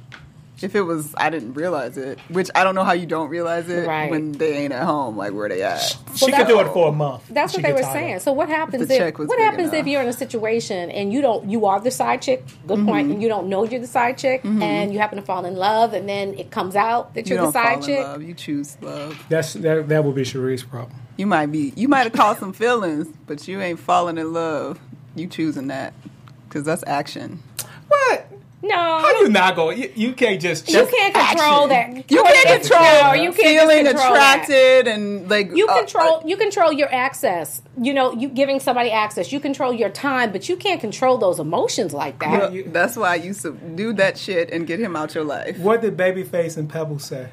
If it was, I didn't realize it, which I don't know how you don't realize it
Right.
when they ain't at home. Like where they at?
she could
that's-
do it for a month.
That's what
She
they
get
were
tired.
saying. So what happens
the
if
check was
what
big
happens if
enough.
you're in a situation and you don't you are the side chick, good
Mm-hmm.
point, and you don't know you're the side chick and you happen to fall in love and then it comes out that
Mm-hmm. You
you're
don't
the side
fall
chick.
in love. You choose love.
That's that. That would be Cherie's problem.
You might be. You might have caught some feelings, but you ain't falling in love. You choosing that because that's action.
What?
No.
How you not go? You, you can't just.
you can't control that.
You can't control
No, you can't just
feeling
control that.
attracted and like
You
uh,
control
uh,
you control your access. You know, you giving somebody access. You control your time, but you can't control those emotions like that.
You-
that's why you subdue that shit and get him out your life.
What did Babyface and Pebble say?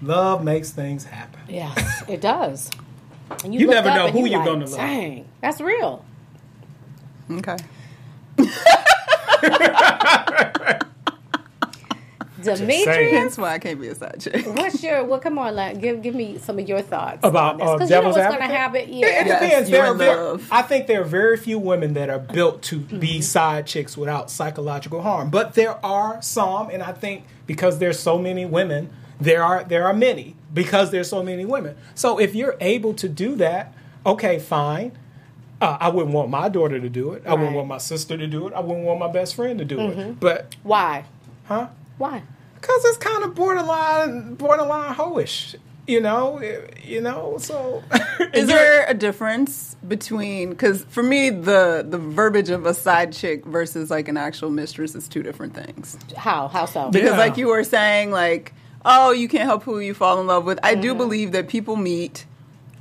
Love makes things happen.
Yes, it does. And
You
look
never
up
know
and
who
you
you're
like,
gonna love.
Dang, that's real.
Okay.
Demetrius,
Hence why I can't be a side chick.
what's your? Well, come on, like, give give me some of your thoughts on
About,
this.
uh,
you know
devil's
what's gonna
advocate?
happen.
It
Yeah,
Yes,
depends.
you're
There,
in
there,
love.
I think there are very few women that are built to
Mm-hmm.
be side chicks without psychological harm, but there are some, and I think because there's so many women, there are there are many because there's so many women. So if you're able to do that, okay, fine. Uh, I wouldn't want my daughter to do it. I wouldn't
Right. Mm-hmm.
want my sister to do it. I wouldn't want my best friend to do it. But
why?
huh?
Why?
Cause it's kind of borderline, borderline hoish, you know, you know. So
Is there a difference between because for me the the verbiage of a side chick versus like an actual mistress is two different things
How? How so?
because
Yeah.
like you were saying like oh you can't help who you fall in love with I do believe that people meet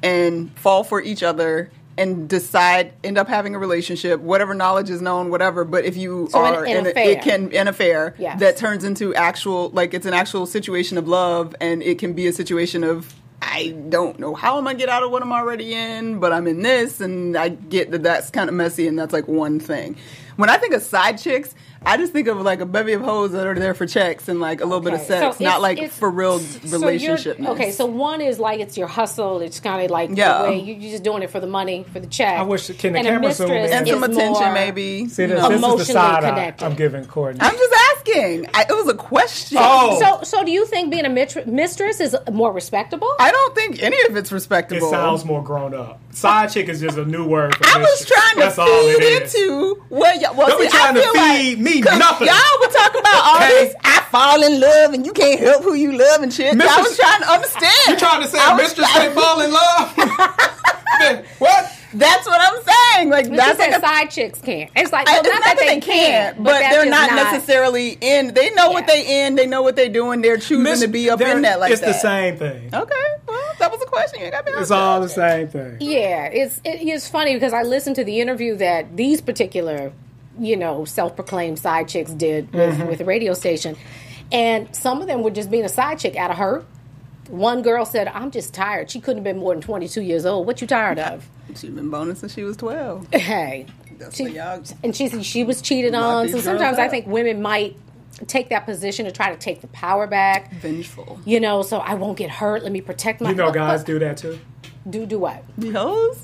and fall for each other and decide end up having a relationship whatever knowledge is known whatever but if you
So an-
are
an
in, a,
affair.
it can an affair
Yes.
that turns into actual like it's an actual situation of love and it can be a situation of i don't know how i'm gonna get out of what i'm already in but i'm in this and i get that that's kind of messy and that's like one thing when i think of side chicks i just think of like a bevy of hoes that are there for checks and like a little bit of
Okay.
sex
So
not
it's-
like
it's-
for real
So you're-
relationship
okay, so one is like it's your hustle. It's kind of like
Yeah.
the way you, you're just doing it for the money, for the check.
I wish- can the
And a
camera zoom
mistress
in?
and
is
some attention
more-
maybe
See,
you
this,
know.
this is the
Emotionally
side eye
connected.
I'm giving Courtney.
i'm just asking I, it was a question
Oh.
So, so do you think being a mitr- mistress is more respectable?
i don't think any of it's
it
respectable
sounds more grown up. Side chick is just a new word. For
I was
mistress.
trying to
That's all
feed
it is.
into what y'all. Well,
Don't be
see,
trying
I
to
feel
feed
like,
me
'cause
nothing.
Y'all were talking about all
Okay.
this. I fall in love and you can't help who you love and shit. I
Mrs.
was trying to understand.
You trying to say
I
a
was
mistress can't
trying-
fall in love? what?
That's what I'm saying. Like
But you
that's
said
like a
side chicks can't. It's like
I-
well,
it's not that they can't,
but
but,
that's
they're
just
not, necessarily in. They know what
Yeah.
they in. They know what they're doing. They're choosing
Miss-
to be up
there-
in that like
it's
that.
the same thing.
Okay, well, that was a question. You ain't got me
It's
answering.
all the same thing.
Yeah, it's it is funny because I listened to the interview that these particular, you know, self-proclaimed side chicks did with,
Mm-hmm.
with the radio station, and some of them were just being a side chick out of hurt. One girl said, "I'm just tired. She couldn't have been more than 22 years old. What you tired of?"
She been bonus since she was twelve.
Hey,
That's
She-
what y'all.
and she said she was cheated
Lock
on.
these
So
girls
sometimes I
up.
think women might take that position to try to take the power back.
Vengeful.
You know, so I won't get hurt. Let me protect my.
You know,
Look,
guys
look,
do that too.
do do what?
Hoes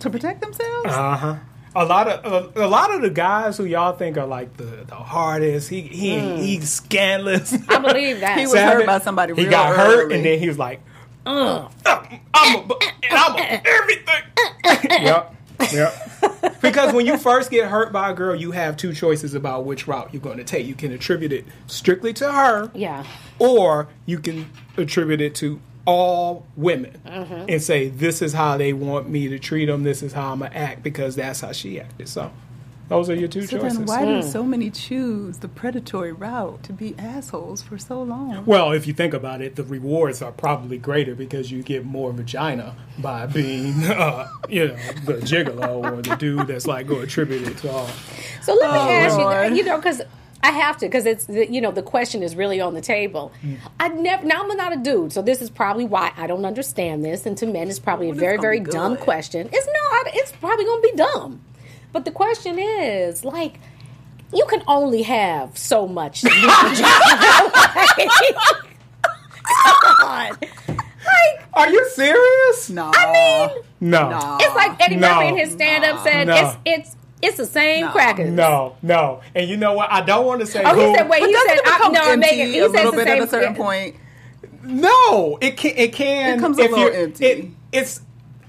to protect themselves.
Uh huh. a lot of a, a lot of the guys who y'all think are like the, the hardest, he he he's scandalous.
I believe that.
Hmm. He was hurt by somebody
He
real
got hurt,
early. Uh.
and then he was like, "Ugh, I'm a, bu- and I'm a everything." yep, yep. Because when you first get hurt by a girl, you have two choices about which route you're going to take. You can attribute it strictly to her,
yeah.
or you can attribute it to all women and say this is how they want me to treat them this is how i'm gonna act because that's how she acted so those are your two
So
choices
then, why
Hmm.
do so many choose the predatory route to be assholes for so long?
well if you think about it the rewards are probably greater because you get more vagina by being uh, you know the gigolo or the dude that's like going to attribute it to all
So let me ask
Oh, Lord.
you, you know, because I have to, because it's the- you know the question is really on the table.
Mm.
I never now I'm not a dude, so this is probably why I don't understand this, and to men it's probably a
it's
very
gonna
very
be
dumb
good.
question. It's not. It's probably going to be dumb, but the question is like. You can only have so much. Come on. Like,
are you serious
Nah.
I mean,
no
Nah.
it's like Eddie
No.
Murphy in his stand up said,
No.
it's, it's, it's the same
No.
crackers.
no no and you know what i don't want to say
Oh,
who-
he said, wait,
But
he
doesn't
said,
it
I,
become
no, I'm
empty
making, he
a
says
little
the
bit
same
at a certain
yeah.
point?
No, it can. It can.
It comes a
if
little
you're-
empty.
It, it's,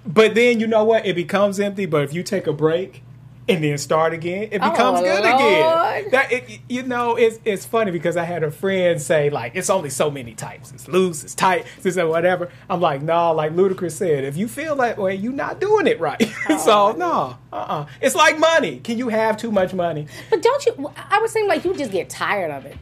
but then you know what? It becomes empty. But if you take a break and then start again, it
Oh,
becomes good again.
Lord.
That it, you know, it's it's funny because I had a friend say like, it's only so many types. It's loose. It's tight. It's whatever. I'm like, no. Like Ludacris said, if you feel that way, you're not doing it right.
Oh,
so no, uh, uh It's like money. Can you have too much money?
But don't you, I would seem like you just get tired of it.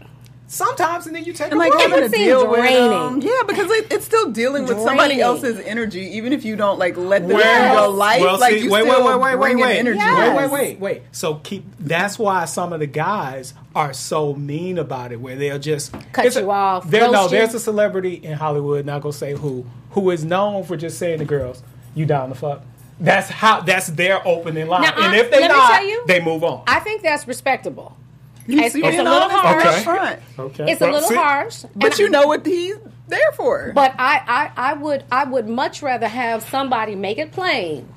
Sometimes, and then you take
And
a
like
break.
having to
would seem
deal with
draining.
um, yeah, because like, it's still dealing with somebody
Draining.
else's energy, even if you don't like let them in
Yes.
your life.
Well,
like
see,
you
wait,
still
wait, wait, wait,
bring
wait,
in
wait,
energy.
Yes.
wait, wait, wait, wait. So keep. That's why some of the guys are so mean about it, where they'll just
Cut
it's a-
you off,
There, no,
ghost you.
there's a celebrity in Hollywood, not gonna say who, who is known for just saying to girls, "You down the fuck." That's how. That's their opening line,
Now,
and
I-
if they
let me
not,
tell you-
they move on.
I think that's respectable.
You
It's-
see
it's
it
a
all
little harsh.
up front.
okay,
It's a
Well,
little
see,
harsh.
But
and
you
I-
know what he's there for.
But I, I, I would I would much rather have somebody make it plain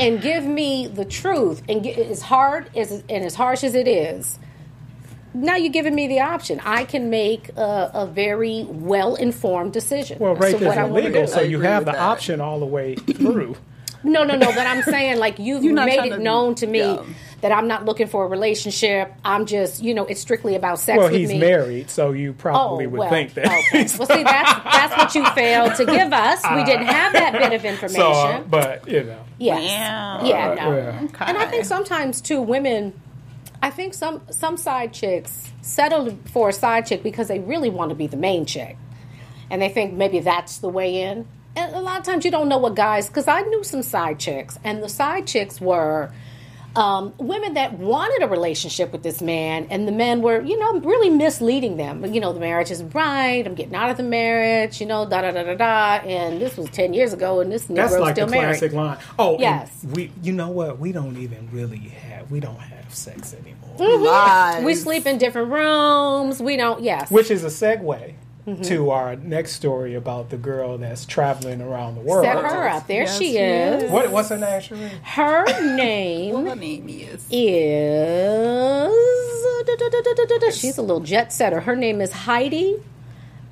and give me the truth and get, as hard as and as harsh as it is. Now you're giving me the option. I can make a, a very well informed decision.
Well,
as
rape
to
is
what I wanna
illegal,
do.
so
I
you
agree
have
with
the
that.
option all the way through.
No, no, no. But I'm saying, like, you've
You're not
made
trying
it
to-
known to me
yeah.
that I'm not looking for a relationship. I'm just, you know, it's strictly about sex
well,
with
he's
me.
married, so you probably would think that.
Oh, Okay. well, see, that's that's what you failed to give us. We didn't have that bit of information.
so, uh, but you know.
yes.
Wow.
Yeah. No.
Yeah.
And I
Okay.
think sometimes too, women. I think some some side chicks settle for a side chick because they really want to be the main chick, and they think maybe that's the way in. And a lot of times you don't know what guys. Because I knew some side chicks, and the side chicks were. Um, women that wanted a relationship with this man, and the men were, you know, really misleading them. You know, the marriage isn't right. I'm getting out of the marriage. You know, da da da da da. And this was ten years ago, and this
That's
Negro's
like
still
the
married.
classic line. Oh, and
Yes.
We, you know what? We don't even really have. We don't have sex anymore.
Lies.
We sleep in different rooms. We don't. Yes.
Which is a segue to our next story about the girl that's traveling around the world.
set her up. There
Yes,
she
she
is.
is.
What, what's her name? Sheree?
Her
Well,
name
her name is.
is. She's a little jet setter. Her name is Heidi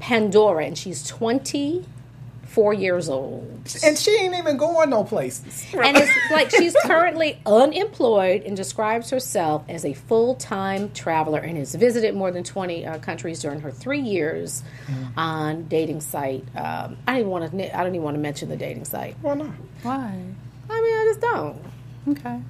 Pandora, and she's twenty-four years old.
And she ain't even going no places.
And it's like she's currently unemployed and describes herself as a full time traveler and has visited more than 20 uh, countries during her three years on dating site. Um, I, didn't want to, I don't even want to mention the dating site.
Why not?
Why?
I mean, I just don't.
Okay.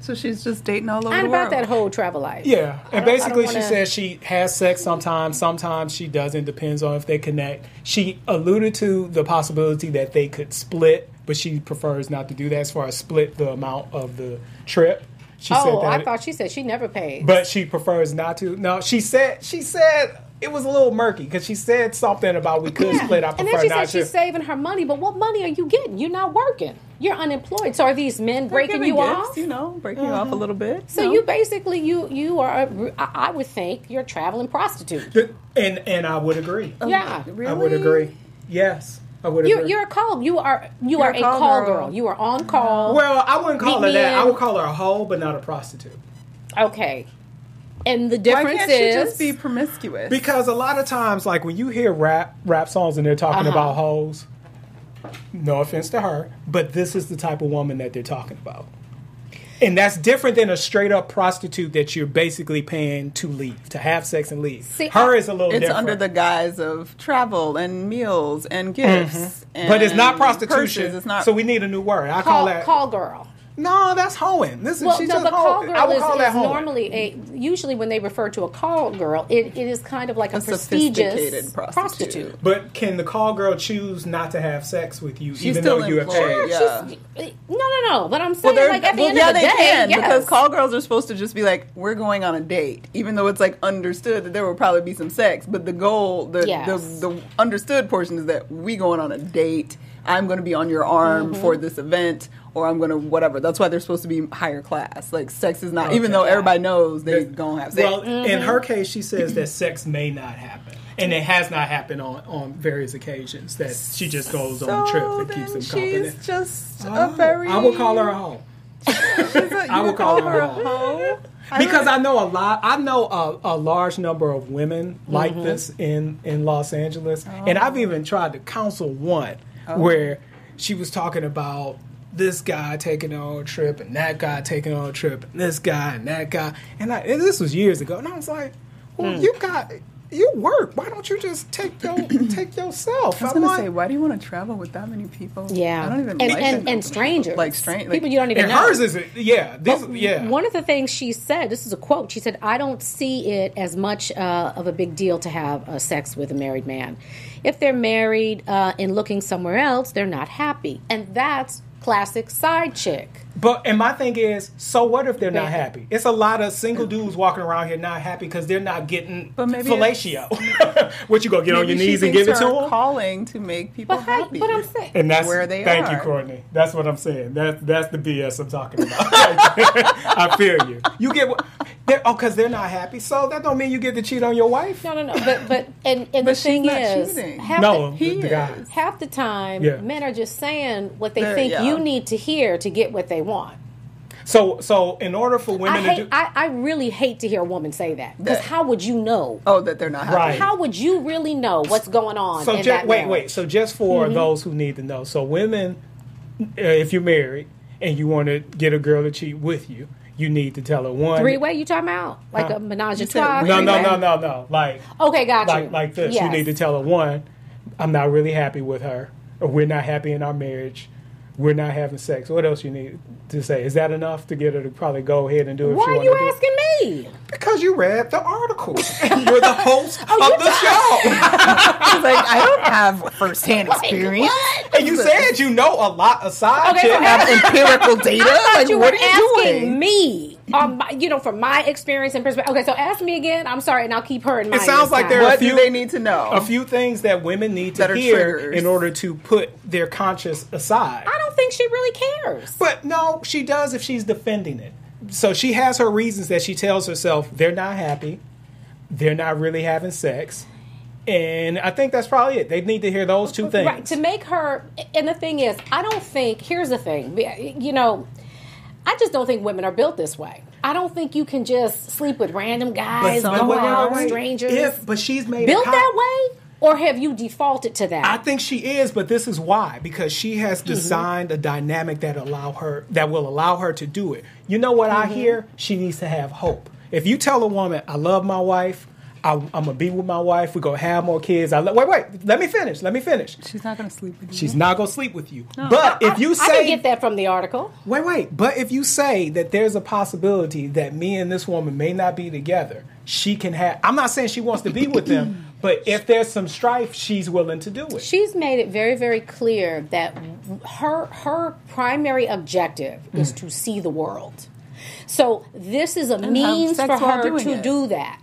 So she's just dating all over
Not
the
about
world.
that whole travel life.
Yeah, and
don't- I
basically
don't
she
wanna-
says she has sex sometimes, sometimes she doesn't, depends on if they connect. She alluded to the possibility that they could split, but she prefers not to do that as far as split the amount of the trip. She
Oh,
said that
I thought she said she never paid.
but she prefers not to. No, she said she said it was a little murky because she said something about we could split. I prefer
and then she
not
said she's
to.
saving her money, but what money are you getting? You're not working. You're unemployed. So are these men
They're
breaking
giving
you
gifts,
off?
You know, breaking you off a little bit.
So
know.
you basically you you are a- I I would think you're a traveling prostitute.
The- and and I would agree.
Oh, Yeah.
I would agree. Yes. I would
You,
have.
you're a call. You are you
You're
are
a
a
call
call
girl.
girl. You are on call.
well, I wouldn't call
Meet
her
me
that. I
in-
would call her a hoe, but not a prostitute.
Okay. And the
Why
difference
can't
is
she just be promiscuous?
Because a lot of times, like when you hear rap rap songs and they're talking
Uh-huh.
about hoes, no offense to her, but this is the type of woman that they're talking about. And that's different than a straight up prostitute that you're basically paying to leave, to have sex and leave.
See,
her
I-
is a little
it's
different.
under the guise of travel and meals and gifts. And
Mm-hmm. but it's not prostitution.
purses. It's not.
So we need a new word. I call,
call,
that.
call girl.
no, that's hoeing. Listen,
Well,
she
no,
just
the call
hoeing. I
girl
would
is,
call that
is
hoeing.
normally a. Usually, when they refer to a call girl, it, it is kind of like a, prestigious
sophisticated prostitute.
prostitute.
But can the call girl choose not to have sex with you,
She's
even
still
though you have
employed.
paid?
She's-
Yeah.
No, no, no. But I'm saying,
they're-
like at the
well,
end
yeah,
of the
they
day,
can,
yes.
because call girls are supposed to just be like, "We're going on a date," even though it's like understood that there will probably be some sex. But the goal, the
Yes.
the, the understood portion is that we going on a date. I'm going to be on your arm for
Mm-hmm.
this event, or I'm going to whatever. That's why they're supposed to be higher class. Like sex is not,
Okay.
even though everybody knows they Mm-hmm.
That-
don't have sex.
Well, in her case, she says that sex may not happen, and it has not happened on, on various occasions. That she just goes on trips and keeps them company.
she's just
Oh,
a very.
I will call her a hoe I would call her a
hoe.
because I know a lot. I know a, a large number of women like
Mm-hmm.
this in in Los Angeles, and
Oh.
I've even tried to counsel one where she was talking about. This guy taking her on a trip, and that guy taking her on a trip, and this guy and that guy, and, I, and this was years ago. And I was like, "Well,
Hmm.
you got you work. Why don't you just take your take yourself?"
I was gonna say, why do you want to travel with that many people?
Yeah.
I don't even
and,
like
and,
that.
and strangers.
Like strangers,
people you don't even
And
know.
hers is yeah, this,
Oh,
yeah.
One of the things she said, this is a quote, she said, I don't see it as much uh, of a big deal to have uh, sex with a married man. If they're married uh, and looking somewhere else, they're not happy. And that's classic side chick.
But and my thing is, so what if they're not
Right.
happy? It's a lot of single dudes walking around here not happy because they're not getting
But maybe
fellatio. what you gonna get on your
Maybe she
knees and
thinks
give it to
her
them?
Calling to make people
But, how,
happy.
but I'm saying,
And that's
where they
thank you,
are.
Courtney. That's what I'm saying. That that's the BS I'm talking about. I feel you. You get what? They're, oh, because they're not happy. So that don't mean you get to cheat on your wife.
no, no, no. But, but and, and the
she's
thing
not
is,
cheating.
half the-
No, the,
he
the guy.
is.
half the time,
Yeah.
men are just saying what they
They're-
think
yeah.
you need to hear to get what they want.
So so in order for
I
women to
hate.
do
I, I really hate to hear a woman say that because
That-
how would you know?
oh, that they're not happy.
Right.
How would you really know what's going on?
So
in
ju-
Uh, that
wait, wait.
marriage? Mm-hmm.
So just for those who need to know, so women, uh, if you're married and you want to get a girl to cheat with you, you need to tell her one
Three way you talking about like a menage a
You said
trois?
three
No, no,
way.
no, no, no. Like
Okay, Oh, got you.
like like this. You
Yes.
need to tell her one, I'm not really happy with her, or we're not happy in our marriage. We're not having sex. What else you need to say? Is that enough to get her to probably go ahead and do it?
Why
if she
are
wanna
you
do it?
asking me?
Because you read the article. You're the host
Oh,
of the show.
It's like I don't have firsthand experience.
And you said you know a lot aside.
Okay, so
I don't have empirical data. like,
you
what
were
are you
asking
doing?
me, um, my- you know, from my experience and perspective. Okay, so ask me again. I'm sorry, and I'll keep her in mind.
sounds
this
like
time.
there are
What
a few-
do they need to know?
a few things that women need to
That are
hear
triggers.
in order to put their conscience aside.
I don't think she really cares.
But no, she does if she's defending it. So she has her reasons that she tells herself they're not happy, they're not really having sex, and I think that's probably it. They need to hear those two things.
Right. To make her, and the thing is, I don't think, here's the thing, you know, I just don't think women are built this way. I don't think you can just sleep with random guys,
some
go
women
out,
are, right?
strangers.
If, but she's made a
built
con-
that way, or have you defaulted to that?
I think she is, but this is why because she
Mm-hmm.
has designed a dynamic that allow her that will allow her to do it. You know what
Mm-hmm.
I hear? She needs to have hope. If you tell a woman, "I love my wife," I, I'm gonna be with my wife. We're gonna have more kids. I lo- wait, wait. Let me finish. Let me finish.
She's not going to sleep with you.
She's not gonna sleep with you. But if you
I didn't
say
get that from the article.
wait, wait, but if you say that there's a possibility that me and this woman may not be together, she can have. I'm not saying she wants to be with them, but if there's some strife, she's willing to do it.
She's made it very, very clear that her her primary objective
Mm.
is to see the world. So this is a
have
means
sex
for
while
her
doing
to
it.
do that.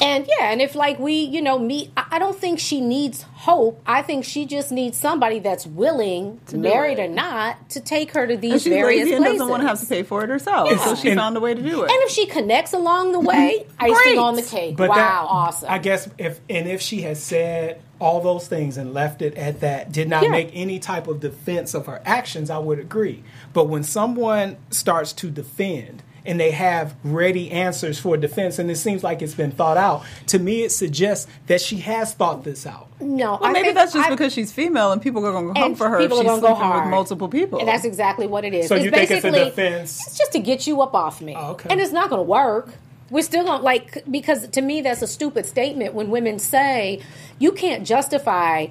And yeah, and if like we, you know, meet, I I don't think she needs hope. I think she just needs somebody that's willing, married or not, to take her to
And
these
she's
various
lazy and
places.
doesn't want to have to pay for it herself. So she
And-
found a way to do it.
And if she connects along the way, icing
Great.
on the cake.
But
wow,
that-
awesome.
I guess if and if she had said all those things and left it at that, did not
Yeah.
make any type of defense of her actions, I would agree. But when someone starts to defend and they have ready answers for defense and it seems like it's been thought out, to me it suggests that she has thought this out.
no,
well,
I
maybe
think
that's just
I-
because she's female and people are going to go
and
home for her if she's
people are gonna
sleeping
go hard.
with multiple people.
And that's exactly what it is.
So
it's
you think it's a
basically-
defense?
It's just to get you up off me.
Oh, okay.
And it's not going to work. We're still going to, like, because to me, that's a stupid statement when women say, you can't justify.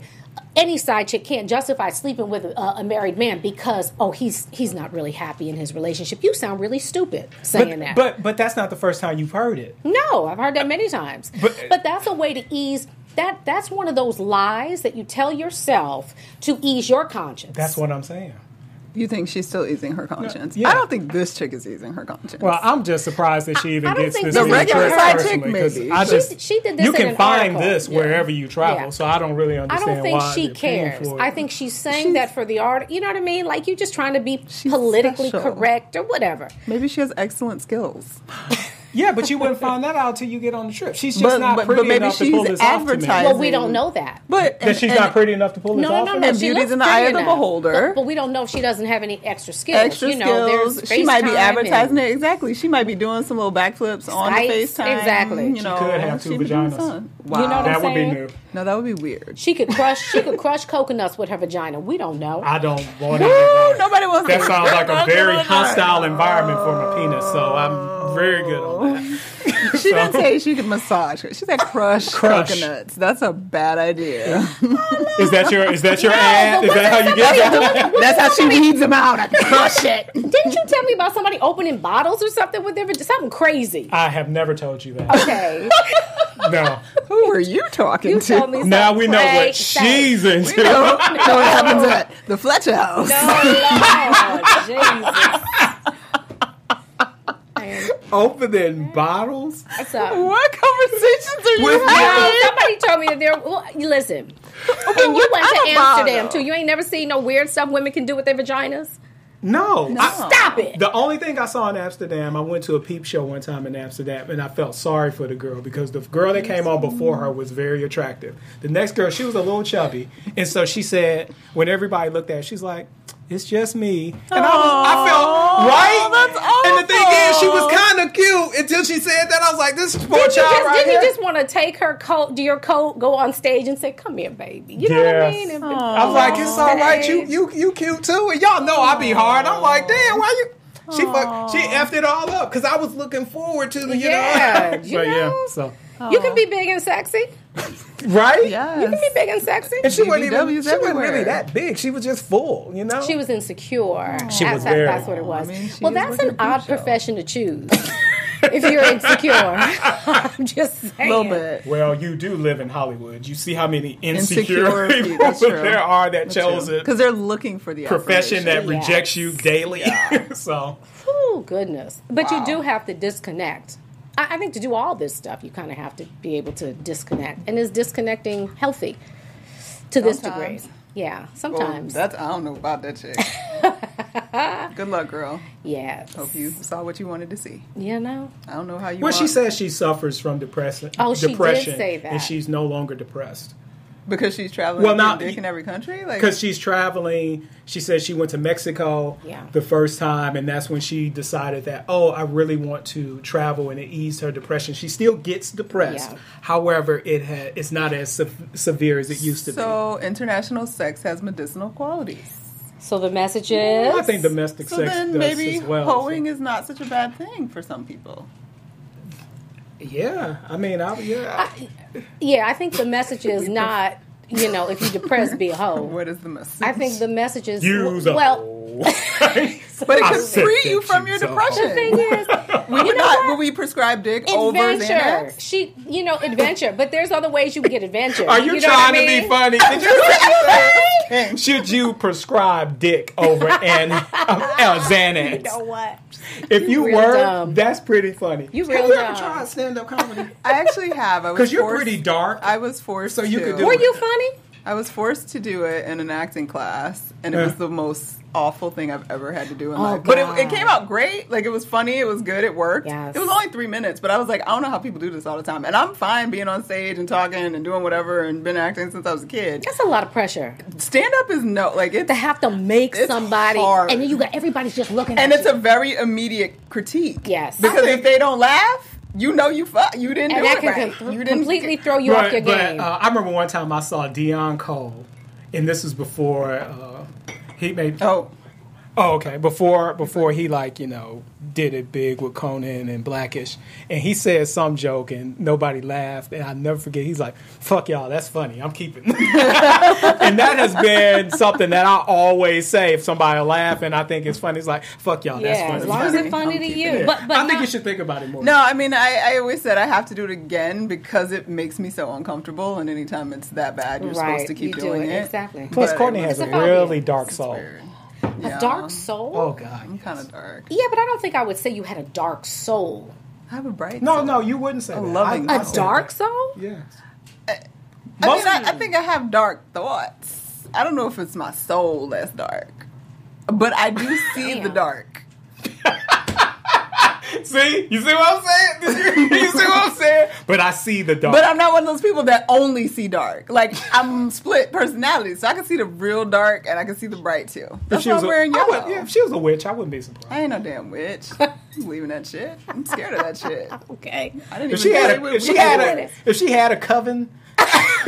Any side chick can't justify sleeping with a, a married man because oh he's he's not really happy in his relationship. You sound really stupid saying
But,
that.
but but that's not the first time you've heard it.
No, I've heard that many times. But,
But- uh,
that's a way to ease that. That's one of those lies that you tell yourself to ease your conscience.
That's what I'm saying.
you think she's still easing her conscience?
yeah.
I don't think this chick is easing her conscience.
Well, I'm just surprised that she even
I don't
gets
think
this.
The
in
regular
press
side
personally,
chick,
'cause
maybe.
I
She-
just,
she did this
You
in
can
an
find
article.
this wherever you travel,
Yeah.
so I don't really
I
understand.
don't think
why
she
they're paying
cares.
for it.
I think she's saying that for the art. You know what I mean? Like you're just trying to be
She's
politically
special.
correct or whatever.
maybe she has excellent skills.
Yeah, but you wouldn't find that out till you get on the trip. She's just
But-
not
but-
pretty
but maybe
enough to
she's
pull this off.
advertising-
To me.
Well, we don't know that.
But
That she's not pretty enough to pull this
No,
off.
no, no,
for
no.
me?
And
she
beauty's
looks
in the
pretty
eye of the
enough.
beholder.
But, but we don't know if she doesn't have any extra skills.
extra
you know,
skills.
There's
she might
FaceTime
be
and-
advertising it exactly. She might be doing some little backflips on the
Skype,
FaceTime.
exactly.
You
She
know,
could have two
she'd be doing
vaginas.
something.
You know
Wow.
what I'm
That would be
saying?
new.
no, that would be weird.
She could crush. she could crush coconuts with her vagina. We don't know.
I don't want
Woo,
it.
Oh, nobody wants
That
to-
sounds like a very hostile environment for my penis, so I'm very good on that.
She didn't say she could massage. She said crush,
Crush.
coconuts. That's a bad idea.
Is that your is that your
No,
ad?
but
Is that how you get that?
That's how she weeds them out. I crush it.
Didn't you tell me about somebody opening bottles or something with their vag- something crazy?
I have never told you that.
Okay,
No.
Who are you talking
you
to?
told me. something
Now we know
crazy.
what she's into.
No, no, what happens at the Fletcher house.
Oh, Lord, Jesus.
Opening bottles.
What's up?
What conversations are you
With
Well,
having?
somebody told me that they're. Well, you listen, and you went
I'm
to
a
Amsterdam
bottle.
too. You ain't never seen no weird stuff women can do with their vaginas.
No. I-
Stop it.
The only thing I saw in Amsterdam, I went to a peep show one time in Amsterdam, and I felt sorry for the girl because the girl that came on before her was very attractive. The next girl, she was a little chubby, and so she said, when everybody looked at, her, she's like, "It's just me," and I, was, I felt right.
that's
And the thing is, she was
awful.
kind of cute until she said that. I was like, "This poor
Did you
child
just,
right
didn't
here."
you just want to take her coat, do your coat, go on stage and say, "Come here, baby"? You know what I
Yes.
mean? And-
I was like, "It's all right. You you you cute too." And y'all know I be hard. I'm like, "Damn, why you?" She fuck, she effed it all up because I was looking forward to the you
Yeah,
know.
you
But
know.
so
You can be big and sexy.
right.
You can be
Yes.
big and sexy.
And she wasn't even
BBWs
she wasn't really
everywhere.
that big. She was just full, you know.
She was insecure.
She
that's,
was
that-
very-
that's what it was.
Oh. I mean, she
well,
is
that's
what
an
you do,
odd
so.
profession to choose if you're insecure. I'm just
A
saying.
little bit.
well, you do live in Hollywood. You see how many
Insecure
insecure,
people,
people
that's true.
there are that chose a
Because they're looking for the
profession that
Yes.
rejects you daily. so
Oh goodness! But you do have to disconnect. I, I think to do all this stuff, you kind of have to be able to disconnect. And is disconnecting healthy to this
Sometimes.
degree? Yeah,
Oh,
sometimes.
that's I don't know about that chick. Good luck, girl.
yeah,
Hope you saw what you wanted to see.
you know.
I don't know how you.
well, she
want-
says she suffers from depression.
Oh, she did
depression,
say that.
and she's no longer depressed.
because she's traveling.
Well,
Well,
now-
not dick in every country. Like
because she's traveling. She said she went to Mexico
Yeah.
the first time, and that's when she decided that oh, I really want to travel, and it eased her depression. She still gets depressed,
Yeah.
however, it ha- it's not as se- severe as it used to
so, international sex has medicinal qualities.
So the message is.
be. I think domestic
So
sex
then
does
maybe
as well.
hoeing is not such a bad thing for some people.
yeah, I mean, I, yeah,
Uh, yeah, I think the message is not. You know, if you depressed, be a hoe.
What is the message?
I think the message is
use a
well.
but it
I
could
said
free
that
you from
you
your
so-
depression.
The thing is,
we would not. Would we prescribe dick over
adventure.
Xanax?
She, you know, adventure. But there's other ways you can get adventure.
Are you,
know what
trying
I
to
mean?
be funny? Did you see what I said?
thing.
Should you prescribe dick over an um, uh, Xanax?
You know what?
if you
real
were,
dumb.
that's pretty funny.
You
Have
real
you ever
dumb.
tried stand up comedy?
I actually have. I was
Because you're
forced-
pretty dark.
I was forced.
So you
to.
could do
Were
it.
you funny?
I was forced to do it in an acting class, and it
Yeah.
was the most awful thing I've ever had to do in
Oh,
life. But
God.
it, it came out great. Like it was funny. It was good. It worked.
Yes.
It was only three minutes, but I was like, I don't know how people do this all the time. And I'm fine being on stage and talking and doing whatever and been acting since I was a kid.
That's a lot of pressure
Stand up is no like it's
to have to make
It's
somebody,
hard.
and then you got everybody's just looking.
and
at
it's
you.
a very immediate critique.
Yes.
Because if they don't laugh, you know you fu- you didn't
and
do
that
it
can
right.
com-
you didn't
completely throw you off your game.
uh, I remember one time I saw Dion Cole, and this was before uh, he made.
Oh.
Oh, okay. Before before he like you know did it big with Conan and Blackish, and he said some joke and nobody laughed, and I never forget. He's like, "Fuck y'all, that's funny. I'm keeping." and that has been something that I always say if somebody laugh and I think it's funny. It's like, "Fuck y'all, that's
yeah,
funny."
as long as it's
funny.
funny to
I'm
you.
Yeah.
But but
I think
not-
you should think about it more.
No, I mean, I, I always said I have to do it again because it makes me so uncomfortable. And anytime it's that bad, you're
Right,
supposed to keep
you do
doing
it,
it.
exactly.
But
Plus, Courtney
it
has
was-
a
It's a phobia.
really dark soul.
weird.
a
Yeah.
dark soul.
Oh God.
I'm kind of dark.
Yeah, but I don't think I would say you had a dark soul.
I have a bright.
No,
soul.
no, you wouldn't say that.
loving
I- I
A
said
dark
that.
soul?
Yes.
I mean,
Most-
I, I think I have dark thoughts. I don't know if it's my soul that's dark, but I do see the
Damn.
dark.
See, you see what I'm saying? you see what I'm saying? But I see the dark.
But I'm not one of those people that only see dark. Like I'm split personality, so I can see the real dark and I can see the bright too. That's why I'm wearing
I
yellow.
would- yeah, if she was a witch, I wouldn't be surprised.
I ain't no damn witch. I'm leaving that shit. I'm scared of that shit.
Okay.
I didn't even
If she
know
had
they
a,
would-
if she
we
had
would-
a, if she had a coven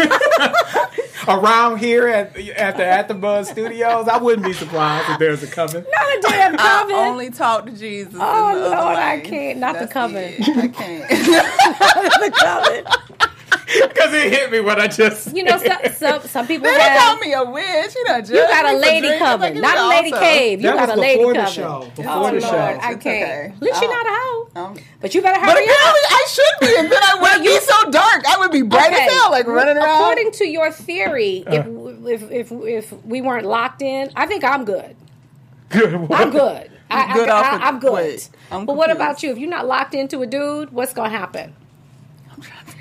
around here at at the at the Buzz Studios, I wouldn't be surprised if there's a coven.
Not a damn
I
coven.
Uh, only talk to Jesus.
Oh,
in the other
Lord, I
life.
can't. Not the
That's
covenant.
it. I can't.
the coven.
Because it hit me when I just
You know, some some, some people
they don't call
have.
me a witch. You know,
You got a lady
covenant,
coven, not a lady cave. You
That
got
was
a lady
before the
coven.
show, before
oh
the
Lord,
show.
I
It's
can't.
okay.
At least you're
I'll-
not a hoe.
Um,
But you better
but
hurry
apparently,
up.
I should be, and then I wouldn't be
you-
so dark. I would be bright
Okay.
as hell, like running around.
According to your theory,
Uh.
if, if if if we weren't locked in, I think I'm good.
good.
I'm good. I,
good
I,
off
I,
of-
am good.
wait, I'm
but what
confused.
about you? If you're not locked into a dude, what's gonna happen?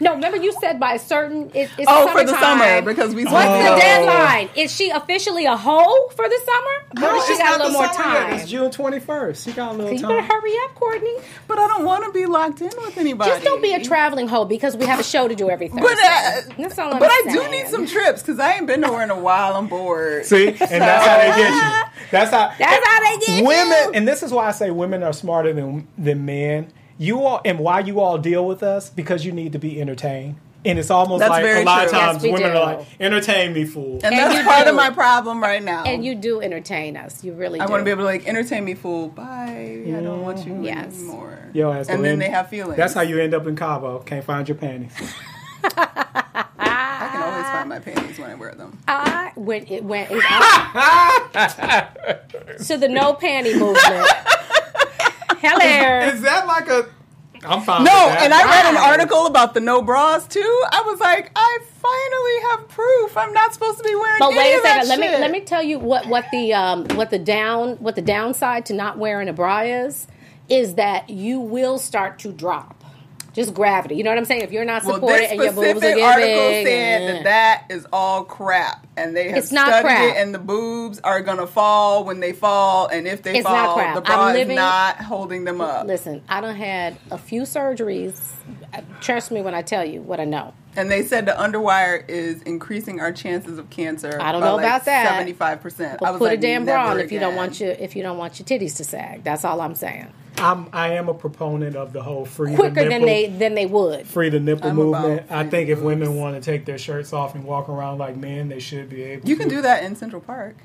No, remember you said by a certain it, it's
oh, for the summer
summertime.
because we.
What's
Oh.
the deadline? Is she officially a hoe for the summer?
No,
Or does she
it's
got
not
a little
the
more
summer yet.
time.
It's June twenty first. She got a little
you better
time.
hurry up, Courtney.
But I don't want to be locked in with anybody.
Just don't be a traveling hoe because we have a show to do every Thursday.
But uh,
That's all I'm
but I do
saying.
need some trips because I ain't been nowhere in a while. I'm bored.
See, and that's how they get you. That's how.
That's how they get
women,
you.
and this is why I say women are smarter than than men. You all, and why you all deal with us because you need to be entertained. And it's almost
That's
like a
very
lot of
true.
Yes,
times
we
women
do.
are like, "Entertain me, fool."
and,
And you
that's part
do.
of my problem right now.
And you do entertain us. You really
I
do. Mm,
want to be able to like entertain me, fool. Bye. I don't want you
Yes.
anymore.
Yo, ass
and
will
then
end-
they have feelings.
That's how you end up in Cabo. Can't find your panties.
I can always find my panties when I wear them.
I when it went it, I- to the no panty movement. Hello.
Is that like a? I'm fine.
No,
with that.
and I read an
Why?
article about the no bras too. I was like, I finally have proof. I'm not supposed to be wearing.
But
any
wait a
of that
second. Let me
shit.
let me tell you what what the um what the down what the downside to not wearing a bra is is that you will start to drop. Just gravity. You know what I'm saying? If you're not
Well,
supported
this
and your boobs are
specific
giving,
article said
eh.
that that is all crap, and they have
It's not
studied
crap.
it, and the boobs are gonna fall when they fall, and if they
It's not
fall,
crap.
the bra
I'm
is
living-
not holding them up.
Listen, I done had a few surgeries. Trust me when I tell you what I know.
And they said the underwire is increasing our chances of cancer.
I don't
by
know
like
about that.
Seventy-five percent.
But put a damn bra on if you don't want your if you don't want your titties to sag. That's all I'm saying.
I'm, I am a proponent of the whole free the
Quicker than
nipple-
they than they would.
free the nipple
I'm about
movement. I
free
think
the
if women want to take their shirts off and walk around like men, they should be able.
You
to.
can do that in Central Park.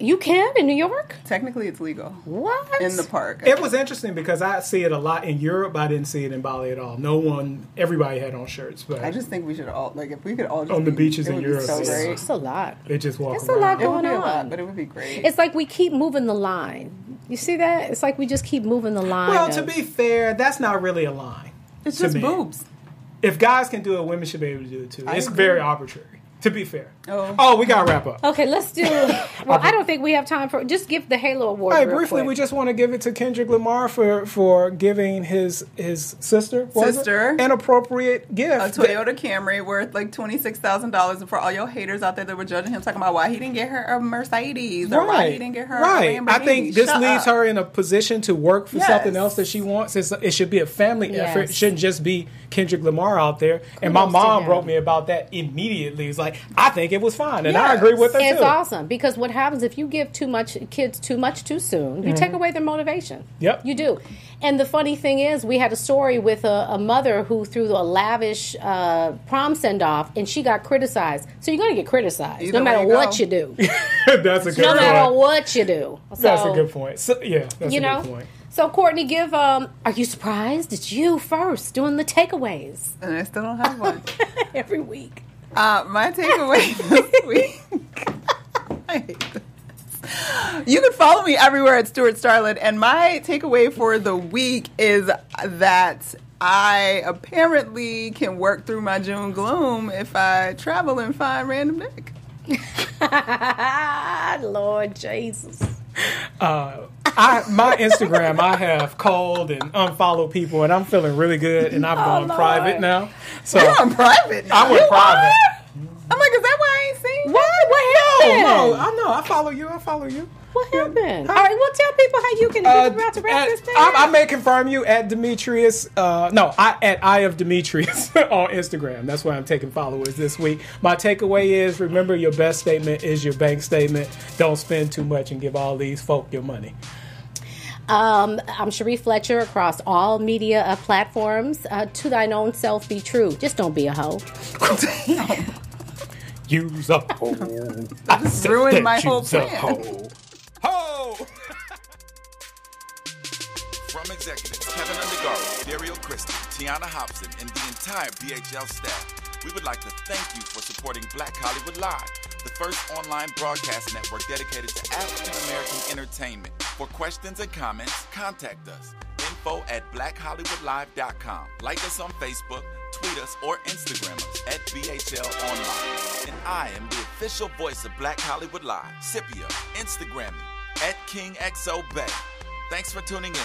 You can in New York.
Technically, it's legal
What
in the park.
It was interesting because I see it a lot in Europe. I didn't see it in Bali at all. No one, everybody had on shirts, but
I just think we should all like if we could all just
On the
be-
beaches
it
in
would
Europe,
Be so
yeah.
great.
It's a lot.
they just walk.
It's a
around.
lot
It would
going
be a lot,
on.
but it would be great.
It's like we keep moving the line. You see that? It's like we just keep moving the line.
Well,
of-
to be fair, that's not really a line.
It's
to
just
me.
boobs.
If guys can do it, women should be able to do it too. it's
agree.
very arbitrary. To be fair.
Oh.
we gotta wrap up.
Okay, let's do. Well, I don't think we have time for. Just give the Halo Award.
Hey,
real
briefly,
quick.
we just want to give it to Kendrick Lamar for for giving his his sister was it?
Sister.
an appropriate gift.
A Toyota Camry worth like twenty six thousand dollars, and for all your haters out there that were judging him, talking about why he didn't get her a Mercedes or why he didn't get her
right.
a Lamborghini.
I think this
Shut
leaves
up.
her in a position to work for
Yes.
something else that she wants. It's, it should be a family effort. It
Yes.
shouldn't just be Kendrick Lamar out there. and my
Kudos to
mom
him.
wrote me about that immediately. It's like I think it was fine, and I
Yes.
agree with her
It's
too.
awesome because what happens if you give too much kids too much too soon, you take away their motivation.
Mm-hmm. Yep.
you do. And the funny thing is, we had a story with a, a mother who threw a lavish uh, prom send off, and she got criticized. So you're going to get criticized
Either
no matter
way you
what
go.
you do.
That's a good
no
point.
matter what you do.
That's
So,
a good point. So, yeah, that's
You
a
know.
good point.
So Courtney, give. Um, are you surprised? It's you first doing the takeaways
and I still don't have one.
every week.
Uh, my takeaway this week. I hate this. You can follow me everywhere at Stuart Starlet, and my takeaway for the week is that I apparently can work through my June gloom if I travel and find random dick.
Ah, Lord Jesus.
uh, I my Instagram I have called and unfollowed people and I'm feeling really good and I've gone
Oh, Lord.
private now. So
You're on private.
I went
You
private.
are? I'm like, is that why I ain't seen? you?
What? What
No,
happened?
no, I know. I follow you. I follow you.
What happened? All right, well, tell people how you can get them out to wrap
Uh, at-
this thing.
I, I may confirm you at Demetrius. Uh, no, I at I of Demetrius on Instagram. That's why I'm taking followers this week. My takeaway is: remember, your best statement is your bank statement. Don't spend too much and give all these folk your money.
um, I'm Cherie Fletcher across all media uh, platforms. Uh, to thine own self be true. Just don't be a hoe.
Use up. Oh, I said
ruined
that
my whole
use a
plan.
hoe. Ho!
From executives Kevin Undergaro, Dario Christie, Tiana Hobson, and the entire BHL staff, we would like to thank you for supporting Black Hollywood Live, the first online broadcast network dedicated to African American entertainment. For questions and comments, contact us. Info at blackhollywoodlive.com. Like us on Facebook, tweet us, or Instagram us at BHL Online. And I am the official voice of Black Hollywood Live, Scipio, Instagram me at KingXOBay. Thanks for tuning in.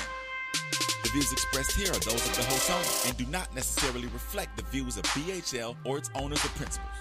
The views expressed here are those of the host only and do not necessarily reflect the views of BHL or its owners or principals.